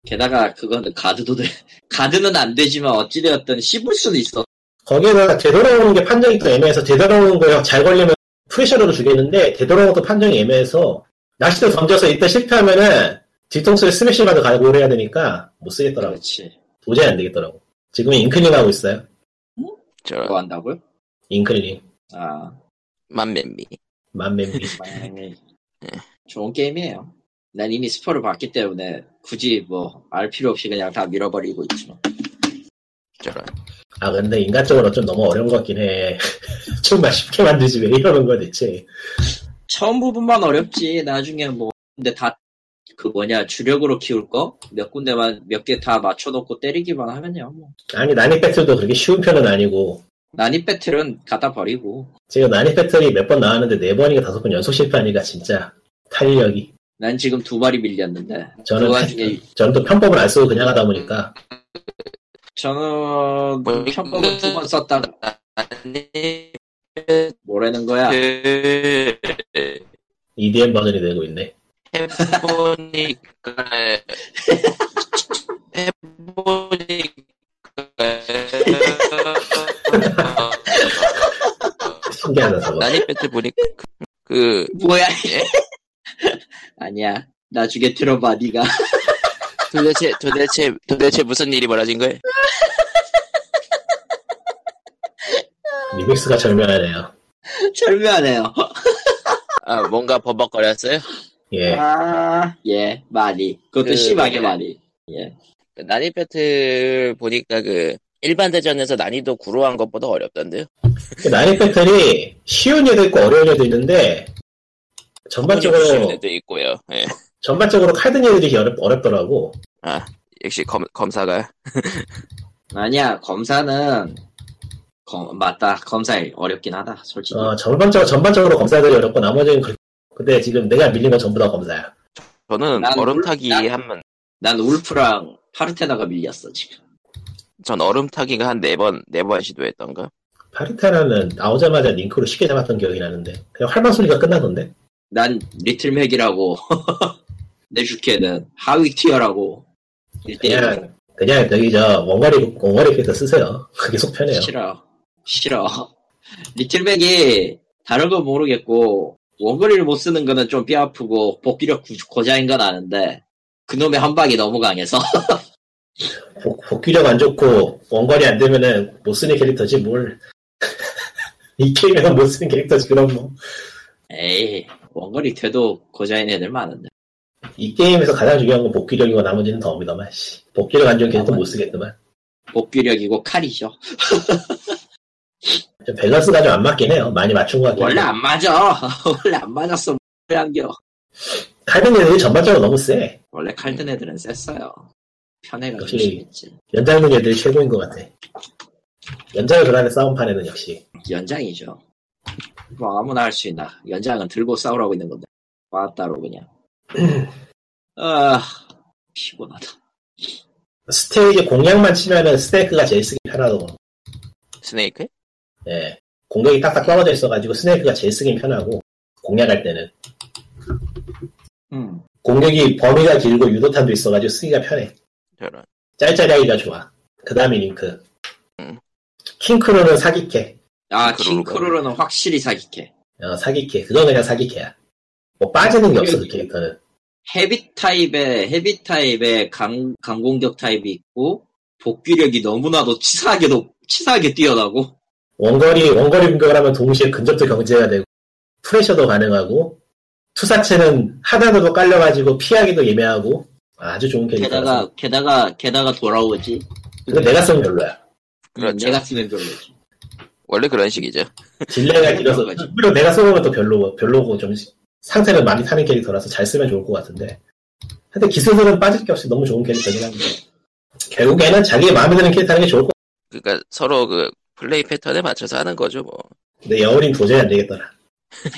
S3: 게다가 그거는 가드도 돼. 가드는 안 되지만 어찌되었든 씹을 수는 있어.
S4: 거기에다가 되돌아오는 게 판정이 또 애매해서 되돌아오는 거요. 잘 걸리면 프레셔로 죽이는데 되돌아오는 것도 판정이 애매해서 낚싯대 던져서 일단 실패하면은 뒤통수에 스매시라도 갈고 해야 되니까 못 쓰겠더라고.
S3: 그렇지.
S4: 도저히 안 되겠더라고. 지금 인클링 하고 있어요.
S1: 저,
S3: 그거 뭐 한다고요?
S4: 인클링.
S3: 아,
S1: 만면미.
S4: 만맨비.
S3: 마이애미. 좋은 게임이에요. 난 이미 스포를 봤기 때문에 굳이 뭐 알 필요 없이 그냥 다 밀어버리고 있지만. 뭐.
S1: 저런.
S4: 아 근데 인간적으로 좀 너무 어려운 것 같긴 해. 좀만 쉽게 만들지 왜 이러는 거야 대체.
S3: 처음 부분만 어렵지. 나중에 뭐 근데 다 그 뭐냐 주력으로 키울 거 몇 군데만 몇 개 다 맞춰놓고 때리기만 하면요. 뭐.
S4: 아니 난입 배틀도 그렇게 쉬운 편은 아니고
S3: 난입 배틀은 갖다 버리고
S4: 지금 난입 배틀이 몇 번 나왔는데 네 번인가 다섯 번 연속 실패하니까 진짜 탄력이.
S3: 난 지금 두 마리 밀렸는데
S4: 저는
S3: 그
S4: 편-
S3: 와중에 음.
S4: 저는 또 편법을 안 쓰고 그냥 하다 보니까
S3: 저는
S1: 뭐,
S3: 편법을 두 번 썼다가
S1: 아니
S3: 뭐라는 거야?
S1: 그
S4: EDM 버전이 되고 있네.
S1: 해보니까 해보니까
S4: 신기하다
S3: 아.
S4: 저거.
S1: 어, 난입 배틀 보니까 그
S3: 뭐야? 얘? 아니야. 나중에 들어봐 네가.
S1: 도대체 도대체 도대체 무슨 일이 벌어진 거예요?
S4: 리믹스가 절묘하네요.
S3: 절묘하네요.
S1: 아 뭔가 버벅거렸어요?
S4: 예.
S3: 아, 예, 많이. 그것도
S1: 그,
S3: 심하게
S1: 예.
S3: 많이. 예.
S1: 그 난입 배틀 보니까 그 일반 대전에서 난이도 구로한 것보다 어렵던데요?
S4: 그 난입 배틀이 쉬운 애도 있고 어려운 애도 있는데 전반적으로
S1: 도 있고요. 예.
S4: 전반적으로 카드 얘들이 어렵, 어렵더라고.
S1: 아 역시 검, 검사가
S3: 아니야, 검사는, 검, 맞다, 검사 어렵긴 하다, 솔직히.
S4: 어, 전반적으로, 전반적으로 검사들이 어렵고 나머지는 그 근데 지금 내가 밀린 건 전부 다 검사야.
S1: 저는
S3: 난
S1: 얼음 타기
S3: 난-
S1: 한번
S3: 난 울프랑 파르테나가 밀렸어, 지금.
S1: 전 얼음 타기가 한 네 번 네 번 시도했던가.
S4: 파리타라는 나오자마자 링크로 쉽게 잡았던 기억이 나는데 그냥 활만 소리가 끝나던데.
S3: 난 리틀 맥이라고, 내 주캐는 하위 티어라고, 1대1
S4: 그냥 그냥 저기 저 원거리 원거리 캐릭터 쓰세요. 그게 속 편해요.
S3: 싫어. 싫어. 리틀맥이 다른 건 모르겠고, 원거리를 못 쓰는 거는 좀 뼈 아프고, 복귀력 구- 고자인 건 아는데, 그놈의 한 방이 너무 강해서.
S4: 복, 복귀력 안 좋고 원거리 안 되면은 못 쓰는 캐릭터지 뭘. 이 게임에서 못 쓰는 캐릭터지 그럼 뭐.
S3: 에이, 원거리 돼도 고자인 애들 많은데.
S4: 이 게임에서 가장 중요한 건 복귀력이고 나머지는 덤이더만. 씨. 복귀력 안 좋은 캐릭터 못 쓰겠더만.
S3: 복귀력이고 칼이죠.
S4: 좀 밸런스가 좀 안 맞긴 해요. 많이 맞춘 것 같긴
S3: 원래
S4: 해요.
S3: 안 맞아. 원래 안 맞았어. 뭘 안겨.
S4: 카드 얘들이 전반적으로 너무 세.
S3: 원래 칼든 애들은 셌어요. 편애가
S4: 역시.
S3: 좀 심했지.
S4: 연장는 애들이 최고인 것 같아. 연장을 그라는 싸움판에는 역시.
S3: 연장이죠. 뭐 아무나 할 수 있나. 연장은 들고 싸우라고 있는 건데. 왔다로 그냥. 아 피곤하다.
S4: 스테이지 공략만 치면은 스네이크가 제일 쓰기 편하고,
S1: 스네이크?
S4: 예. 공격이 딱딱 떨어져 있어가지고 스네이크가 제일 쓰기 편하고, 공략할 때는.
S3: 음.
S4: 공격이 범위가 길고 유도탄도 있어가지고 쓰기가 편해.
S1: 저런.
S4: 짤짤하기가 좋아. 그 다음이 링크.
S1: 음.
S4: 킹크로는 사기캐.
S3: 아
S1: 킹크루로가.
S3: 킹크루로는 확실히 사기캐.
S4: 어, 사기캐. 그건 그냥 사기캐야. 뭐 빠지는 게 없어, 그 캐릭터는.
S3: 헤비 타입의 헤비 타입의 강 강공격 타입이 있고 복귀력이 너무나도 치사하게 높 치사하게 뛰어나고
S4: 원거리, 원거리 공격을 하면 동시에 근접도 경제가 되고, 프레셔도 가능하고, 투사체는 하단으로 깔려가지고 피하기도 예매하고, 아주 좋은 캐릭터라서.
S3: 게다가 게다가 게다가 돌아오지. 네,
S4: 근데 내가 쓰면 별로야.
S1: 그렇죠.
S3: 내가 쓰면 별로지.
S1: 원래 그런 식이죠.
S4: 딜레이가 길어서,
S3: 그런 거지.
S4: 물론 내가 써보면 또 별로, 별로고 좀 상태를 많이 타는 캐릭터라서 잘 쓰면 좋을 것 같은데. 근데 기술들은 빠질 게 없이 너무 좋은 캐릭터긴 한데. 결국에는 자기 마음에 드는 캐릭터 하는 게 좋을 것
S1: 그러니까 서로 그 플레이 패턴에 맞춰서 하는 거죠 뭐.
S4: 같은데, 여울인 도저히 안 되겠더라.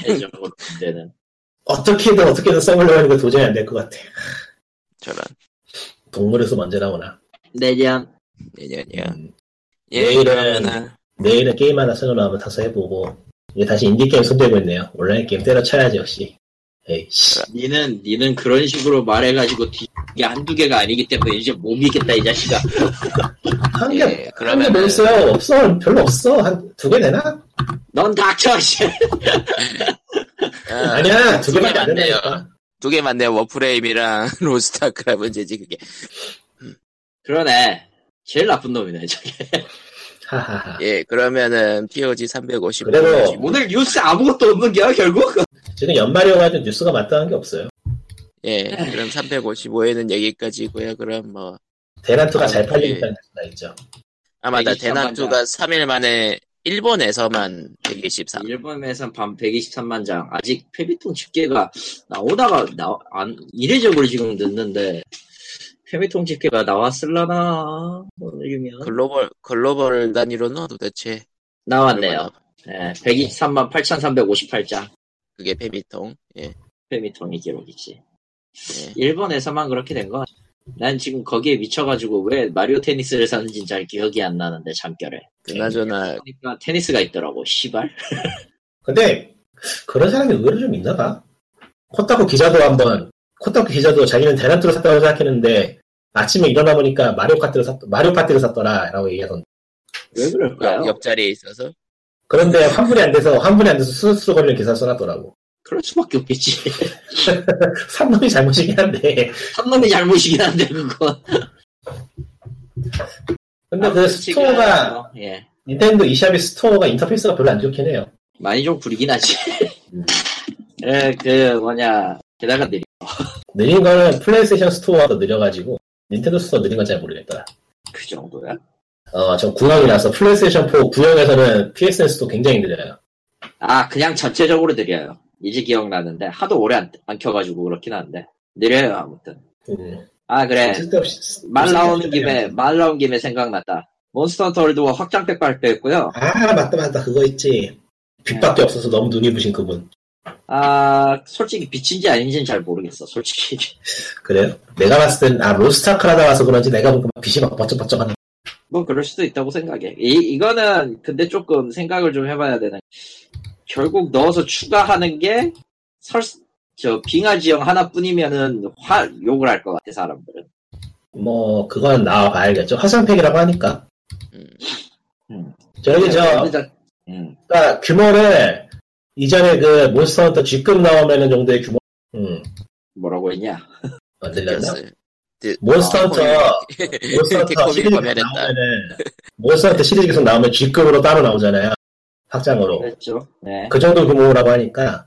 S3: 해적으로 때는
S4: 어떻게든 어떻게든 써보려고 하는데 도저히 안 될 것 같아.
S1: 저런
S4: 동물에서 먼저 나오나.
S3: 내년
S1: 내년이야.
S4: 음.
S1: 예,
S4: 내일은-
S1: 그러면은
S4: 내일은 게임 하나 새로 나오면 타서 해보고 이제 다시 인디게임 손대고 있네요 온라인 게임 때려쳐야지 역시 에이씨
S3: 니는 니는 그런 식으로 말해가지고 뒤- 이게 한두 개가 아니기 때문에 이제 못 믿겠다 이 자식아.
S4: 한개
S1: 예,
S4: 한개
S1: 그러면은-
S4: 뭐 있어요 없어 별로 없어 한 두 개 되나?
S3: 넌 닥쳐 씨.
S1: 아,
S4: 아니야 두 개밖에 안
S1: 안 돼요.
S4: 된다니까
S1: 두 개 맞네요. 워프레임이랑 로스타크라 문제지 그게.
S3: 그러네. 제일 나쁜 놈이네 저게.
S4: 하하하
S1: 예, 그러면은 POG 355.
S4: 그래도
S3: 오늘 뉴스 아무것도 없는 게야 결국?
S4: 지금 연말이어가지고 뉴스가 마땅한 게 없어요
S1: 예, 그럼 355회는 여기까지고요. 그럼 뭐
S4: 대란트가
S1: 아,
S4: 잘
S1: 예.
S4: 팔리니까 는 수가 있죠
S1: 아마 나
S3: 123만
S1: 대난투가 3일 만에 일본에서만 123.
S3: 일본에선 밤 123만 장. 아직 페미통 집계가 나오다가 나, 안, 이례적으로 지금 늦는데 페미통 집계가 나왔을라나 뭐 모르겠네요.
S1: 글로벌 글로벌 단위로는 도대체
S3: 나왔네요.
S1: 얼마나-
S3: 예, 123만 8,358장
S1: 그게 페미통. 예.
S3: 페미통이 기록이지.
S1: 예. 일본에서만
S3: 일본에서만 그렇게 된 거. 난 지금 거기에 미쳐가지고 왜 마리오 테니스를 샀는지 잘 기억이 안 나는데 잠결에.
S1: 그나저나
S3: 그러니까 테니스가 있더라고. 시발.
S4: 근데 그런 사람이 의외로 좀 있나 봐. 코타쿠 기자도 한번 코타쿠 기자도 자기는 대란트로 샀다고 생각했는데 아침에 일어나 보니까 마리오 카트를 샀 마리오 파티를 샀더라라고 얘기하던.
S3: 왜 그럴까요?
S1: 옆자리에 있어서
S4: 그런데 환불이 안 돼서 환불이 안 돼서 수수료 걸리는 기사 써놨더라고.
S3: 그럴 수밖에 없겠지.
S4: 산 놈이 잘못이긴 한데.
S3: 한 놈이 잘못이긴 한데 그건. 아,
S4: 근데 그 스토어가
S3: 어, 예
S4: 닌텐도 이샵의 스토어가 인터페이스가 별로 안 좋긴 해요.
S3: 많이 좀 부리긴 하지. 음. 예, 그 뭐냐 게다가 느리.
S4: 느린 거는 플레이스테이션 스토어가 더 느려가지고 닌텐도 스토어 느린 건 잘 모르겠더라.
S3: 그 정도야.
S4: 어, 저 구형이라서 플레이스테이션 4 구형에서는 PSN 스토어 굉장히 느려요.
S3: 아 그냥 전체적으로 느려요. 이제 기억나는데 하도 오래 안, 안 켜가지고 그렇긴 한데 느려요 아무튼.
S4: 음,
S3: 아 그래
S4: 쓸데없이
S3: 말 나오는 김에
S4: 쓸데없이
S3: 말 나온 김에 생각났다. 몬스터 헌터 월드워 확장팩 발표했고요.
S4: 아 맞다 맞다 그거 있지.
S3: 네.
S4: 빛밖에 없어서 너무 눈이 부신 그분.
S3: 아 솔직히 빛인지 아닌지는 잘 모르겠어. 솔직히
S4: 그래요? 내가 봤을 땐, 아, 로스타크 하다 와서 그런지 내가 보니까 막 빛이 막 번쩍번쩍 하는.
S3: 뭐 그럴 수도 있다고 생각해. 이 이거는 근데 조금 생각을 좀 해봐야 되는. 결국 넣어서 추가하는 게 설, 저 빙하 지형 하나뿐이면은 화 욕을 할 것 같아 사람들은.
S4: 뭐, 그건 나와봐야겠죠. 화상팩이라고 하니까.
S1: 음.
S3: 음.
S4: 저기 저,
S3: 근데 자- 음.
S4: 그러니까 규모를 이전에 그 몬스터 헌터 G급 나오면은 정도의 규모, 음,
S3: 뭐라고 했냐?
S4: 안 들렸나?
S1: 겼어요.
S4: 몬스터 헌터, 아, 몬스터
S1: 이렇게
S4: 헌터
S1: 고민이
S4: 시리즈가
S1: 고민했다.
S4: 나오면은, 몬스터 헌터 시리즈 계속 나오면 G급으로 따로 나오잖아요. 확장으로.
S3: 그랬죠. 네.
S4: 그 정도 규모라고 하니까,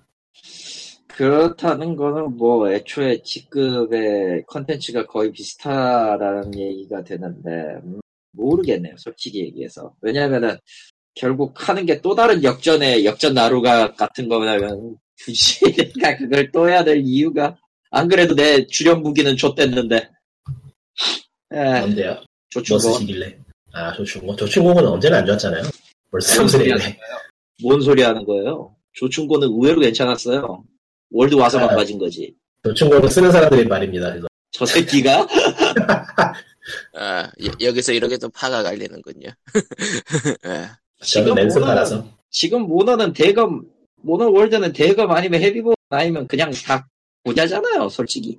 S3: 그렇다는 거는 뭐 애초에 직급의 컨텐츠가 거의 비슷하다는 얘기가 되는데 음, 모르겠네요 솔직히 얘기해서 왜냐면은 결국 하는 게 또 다른 역전의 역전 나루가 같은 거라면 굳이 내가 그걸 또 해야 될 이유가 안 그래도 내 주력 무기는 좆됐는데 에
S4: 뭔데요? 뭐
S3: 조충고
S4: 쓰시길래. 아, 조충고. 조충고는 언제나 안 좋았잖아요. 벌써 무슨 얘기네.
S3: 뭔 소리 하는 거예요 조충고는 의외로 괜찮았어요 월드 와서만
S4: 아.
S3: 빠진 거지
S4: 조충고를 쓰는 사람들의 말입니다. 그래서.
S3: 저 새끼가
S1: 아, 여- 여기서 이렇게 또 파가 갈리는군요. 예.
S4: 저는
S3: 지금
S4: 랜스
S3: 보면은
S4: 팔아서.
S3: 지금 모너는 대검, 모너 월드는 대검 아니면 헤비본 아니면 그냥 다 부자잖아요, 솔직히.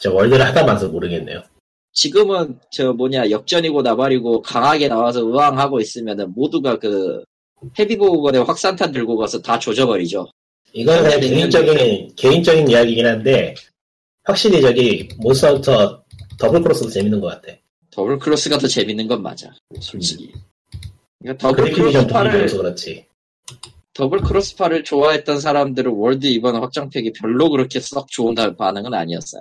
S4: 저 월드를 하다만서 모르겠네요.
S3: 지금은 저 뭐냐, 역전이고 나발이고 강하게 나와서 의왕하고 있으면은 모두가 그 헤비보건에 확산탄 들고 가서 다 조져버리죠.
S4: 이건 그냥
S3: 네,
S4: 개인적인, 개인적인 이야기긴 한데, 확실히 저기, 몬스터헌터 더블 크로스도 재밌는 것 같아.
S3: 더블 클로스가 더 재밌는 건 맞아, 솔직히. 그러니까 더블
S4: 그래픽이 좀 돈이
S3: 크로스파를,
S4: 들어서 그렇지.
S3: 더블 크로스파를 좋아했던 사람들은 월드 이번 확장팩이 별로 그렇게 썩 좋은 반응은 아니었어요.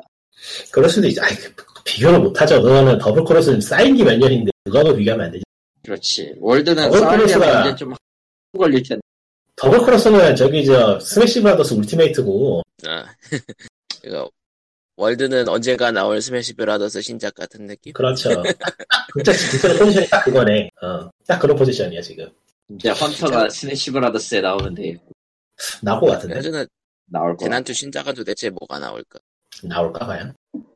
S4: 그럴 수도 있지. 아이, 그- 비교를 못하죠. 그거는 더블 크로스는 쌓인 게 몇 년인데, 그거하고 비교하면 안 되지.
S3: 그렇지. 월드는
S4: 더블 크로스가-
S3: 싸우려면 이제 좀 걸릴 텐데.
S4: 더블 크로스는 저기, 저, 스매시 브라더스 울티메이트고,
S1: 아, 이거 월드는 언젠가 나올 스매시 브라더스 신작 같은 느낌?
S4: 그렇죠. 진짜 디테일 포지션이 딱 그거네. 어, 딱 그런 포지션이야, 지금.
S3: 이제 헌터가 스매시 브라더스에 나오면 되
S4: 나고 같은데.
S1: 그나저나
S3: 나올 거야.
S1: 대난투 신작은 도대체 뭐가 나올까?
S4: 나올까 봐요.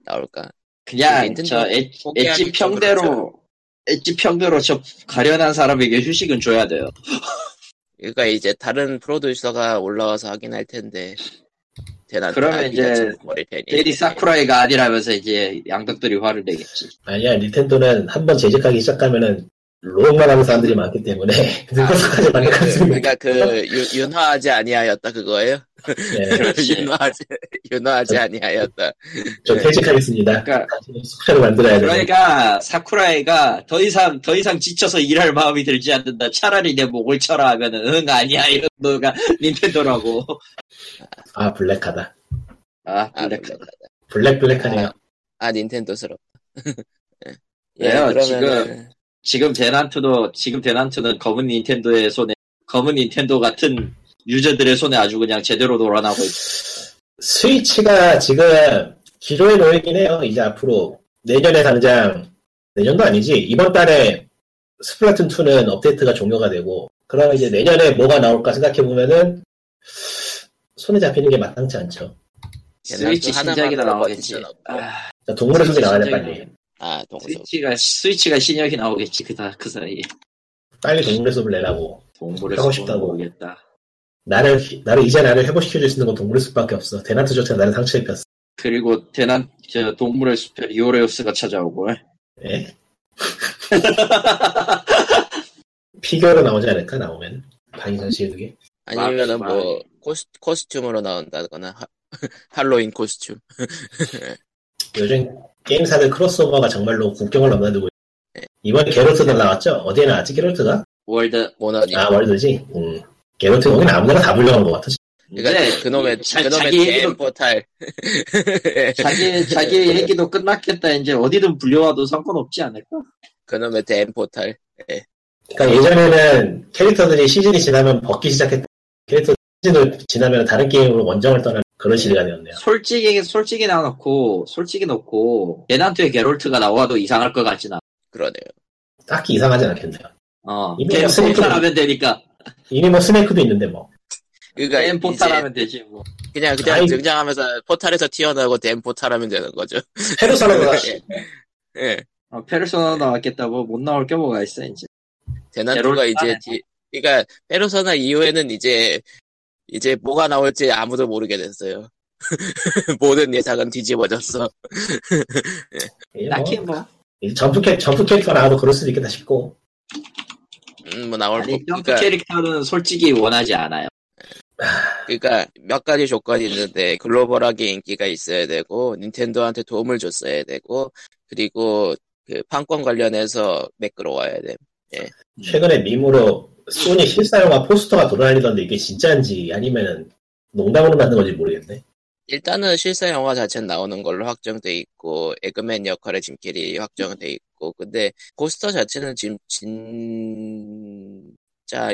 S1: 나올까?
S3: 그냥
S1: 닌텐도
S3: 그러니까 저 엣-
S1: 포기하기
S3: 엣지
S1: 좀 그렇죠. 그렇잖아.
S3: 평대로 엣지 평대로 저 가련한 사람에게 휴식은 줘야 돼요.
S1: 그러니까 이제 다른 프로듀서가 올라와서 하긴 할 텐데 대난투
S3: 그러면 이제
S1: 버릴 테니.
S3: 데디 사쿠라이가 아니라면서 이제 양덕들이 화를 내겠지.
S4: 아니야, 닌텐도는 한번 제작하기 시작하면은 롱만 하는 사람들이 많기 때문에 늙어서까지 많이
S1: 그,
S3: 뭐
S1: 그러니까
S4: 갔습니다.
S1: 그 윤- 윤화하지 아니하였다 그거예요?
S4: 예,
S3: 그렇지. 어.
S1: 윤화하지 윤화하지 아니하였다.
S4: 저 퇴직하겠습니다.
S3: 그러니까
S4: 숙제를 만들어야 돼요.
S3: 그러니까 사쿠라이가 더 이상 더 이상 지쳐서 일할 마음이 들지 않는다. 차라리 내 목을 쳐라 하면은 응 아니야 이런 너가 닌텐도라고.
S4: 아, 블랙하다.
S3: 아
S1: 아,
S3: 블랙.
S1: 블랙하다.
S4: 블랙 블랙하네요.
S1: 아 닌텐도스럽다. 예,
S3: 왜요?
S1: 그러면은
S3: 지금 대난투도 지금 대난투는 검은 닌텐도의 손에 검은 닌텐도 같은 유저들의 손에 아주 그냥 제대로 돌아나고 있.
S4: 스위치가 지금 기로에 놓이긴 해요. 이제 앞으로 내년에 당장 내년도 아니지 이번 달에 스플라툰 2는 업데이트가 종료가 되고 그러면 이제 내년에 뭐가 나올까 생각해 보면은 손에 잡히는 게 마땅치 않죠.
S3: 스위치
S1: 하나만
S3: 신작이나
S1: 나올 것
S3: 나오겠지.
S1: 같진 않고.
S3: 아,
S4: 그러니까 동물의 숲이 나와야 돼
S3: 신작이
S4: 빨리.
S3: 나오겠-
S1: 아, 동서.
S3: 스위치가 스위치가 신작이 나오겠지 그다 그 사이에.
S4: 빨리 동물의 숲을 내라고.
S3: 동물의
S4: 하고
S3: 숲은
S4: 싶다고.
S3: 모르겠다.
S4: 나를 나를 이제 나를 회복시켜줄 수 있는 건 동물의 숲밖에 없어. 대나트조차 나를 상처 입혔어.
S3: 그리고 대난 저 동물의 숲에 리오레우스가 찾아오고
S4: 예? 피규어로 나오지 않을까 나오면 방위선 시두개
S1: 아니면은
S3: 마을,
S1: 뭐 코스, 코스튬으로 나온다거나 하, 할로윈 코스튬.
S4: 요즘 게임사들 크로스오버가 정말로 국경을 넘나들고 있- 이번에 게롤트도 나왔죠? 어디에 나왔지 게롤트가?
S3: 월드
S1: 모나니.
S4: 아 월드지? 음. 게롤트 거긴 아무데나 다 불려간 것 같아
S1: 그러니까
S3: 근데
S1: 그놈의
S3: 자-
S1: 그놈의
S3: 자기
S1: 게임
S3: 얘기도-
S1: 포탈. 예.
S3: 자기 자기의 얘기도 끝났겠다 이제 어디든 불려와도 상관없지 않을까?
S1: 그놈의 DM 포탈.
S4: 그러니까 예전에는 캐릭터들이 시즌이 지나면 벗기 시작했다 캐릭터 시즌을 지나면 다른 게임으로 원정을 떠나는 그런 시대가 되었네요
S3: 솔직히 솔직히 나놓고 솔직히 놓고 대난투의 게롤트가 나와도 이상할 것 같진 않아.
S1: 그러네요.
S4: 딱히 이상하지 않겠네요
S3: 어
S4: 이미
S3: 게임
S4: 없으니까.
S3: 포탈하면 되니까
S4: 이미 뭐 스네이크도 있는데 뭐
S1: 그러니까
S3: 게임
S1: 이제
S3: 포탈하면 되지 뭐.
S1: 그냥 그냥
S4: 아이.
S1: 등장하면서 포탈에서 튀어나오고 DM 포탈하면 되는 거죠.
S4: 페르소나가
S1: 예.
S3: 어, 페르소나 나왔겠다 뭐 못 나올 게 뭐가 있어 이제.
S1: 대난투가
S3: 게롤트
S1: 이제
S3: 안에.
S1: 뒤, 그러니까 페르소나 이후에는 이제 이제 뭐가 나올지 아무도 모르게 됐어요. 모든 예상은 뒤집어졌어.
S4: 예, 뭐,
S3: 딱히
S1: 어,
S3: 뭐
S4: 이제 점프, 캐, 점프 캐릭터 나와도 그럴 수도 있겠다 싶고
S1: 음, 뭐 나올 거.
S3: 아니 점프
S1: 그러니까
S3: 캐릭터는 솔직히 원하지 않아요.
S1: 그러니까 몇 가지 조건이 있는데 글로벌하게 인기가 있어야 되고 닌텐도한테 도움을 줬어야 되고 그리고 그 판권 관련해서 매끄러워야 돼.
S3: 음.
S4: 최근에 밈으로 소니 실사용화 포스터가 돌아다니던데 이게 진짜인지 아니면 농담으로 만든 건지 모르겠네.
S1: 일단은 실사 영화 자체는 나오는 걸로 확정돼 있고 에그맨 역할의 짐캐리 확정돼 있고 근데 포스터 자체는 지금 진짜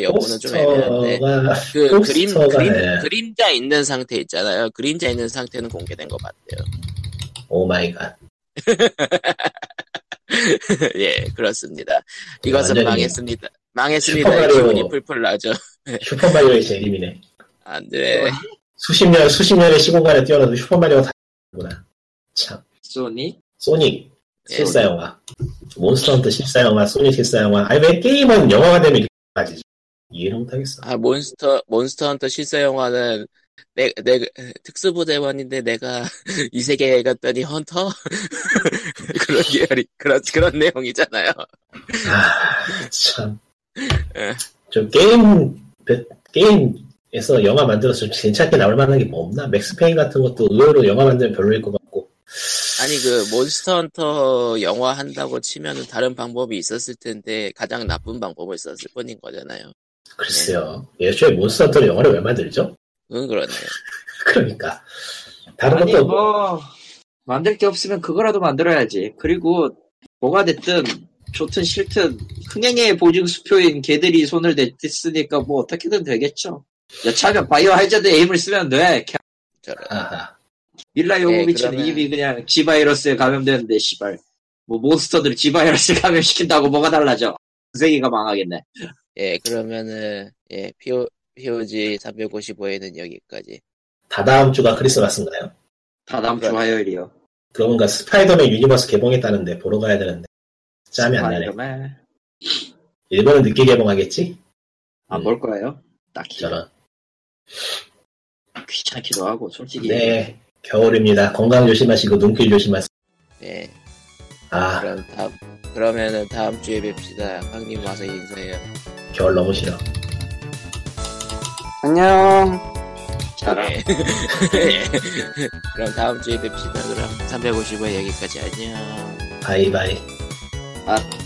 S1: 여부는 좀 애매한데
S4: 포스터가
S1: 그 그림
S4: 포스터가,
S1: 그림
S4: 네.
S1: 그림자 있는 상태 있잖아요 그림자 있는 상태는 공개된 것 같아요
S4: 오 마이 갓.
S1: 예 그렇습니다 이것은
S4: 완전히
S1: 망했습니다 망했습니다
S4: 슈퍼마리오.
S1: 기분이 풀풀 나죠
S4: 슈퍼마리오의 재림이네.
S1: 안돼
S4: 수십 년 수십 년의 시공간에 뛰어나도 슈퍼마리오가 다구나. 참.
S3: 소니
S4: 소닉
S1: 예.
S4: 실사영화, 몬스터헌터 실사영화, 소닉 실사영화. 아니 왜 게임은 영화가 되면 이렇게 빠지지? 이해를 못하겠어.
S1: 아 몬스터 몬스터 헌터 실사 영화는 내, 내 특수부대원인데 내가 이 세계에 갔더니 헌터 그런 계열이 그런 그런 내용이잖아요.
S4: 아, 참.
S1: 예.
S4: 좀 게임, 배- 게임에서 영화 만들어서 좀 괜찮게 나올 만한 게 뭐 없나? 맥스페인 같은 것도 의외로 영화 만들면 별로일 것 같고.
S1: 아니 그 몬스터 헌터 영화 한다고 치면은 다른 방법이 있었을 텐데 가장 나쁜 방법을 썼을 뿐인 거잖아요.
S4: 글쎄요. 예초에 몬스터헌터로 영화를 왜 만들죠?
S1: 그건 그렇네요.
S4: 그러니까. 다른
S3: 아니
S4: 것도
S3: 뭐 만들 게 없으면 그거라도 만들어야지. 그리고 뭐가 됐든 좋든 싫든 흥행의 보증 수표인 걔들이 손을 냈으니까 뭐 어떻게든 되겠죠. 여차하면 바이오 하이자드 에임을 쓰면 돼. 걔-
S1: 저런.
S4: 아하.
S3: 밀라 요고비치는
S1: 네, 그러면-
S3: 이미 그냥 지바이러스에 감염되는데 씨발 뭐 몬스터들 지바이러스 감염시킨다고 뭐가 달라져? 그 세계가 망하겠네.
S1: 예 그러면은 예 PO, POG 355에는 여기까지.
S4: 다다음 주가 크리스마스인가요?
S3: 다 다음 주
S1: 그래.
S3: 화요일이요.
S4: 그러니까 스파이더맨 유니버스 개봉했다는데 보러 가야 되는데. 짬이 안 나네. 음.
S3: 스파이더맨.
S4: 일본은 늦게 개봉하겠지?
S3: 안 볼 거예요? 딱히
S4: 저런.
S3: 귀찮기도 하고 솔직히
S4: 네. 겨울입니다. 건강 조심하시고 눈길 조심하세요.
S1: 예
S4: 아,
S1: 그럼 다음 그러면은 다음 주에 뵙시다. 황님 와서 인사해요.
S4: 겨울 너무 싫어.
S2: 안녕.
S3: 잘하.
S1: 예. 예. 그럼 다음 주에 뵙시다. 그럼 355회 여기까지 안녕.
S4: 바이바이.
S3: 아,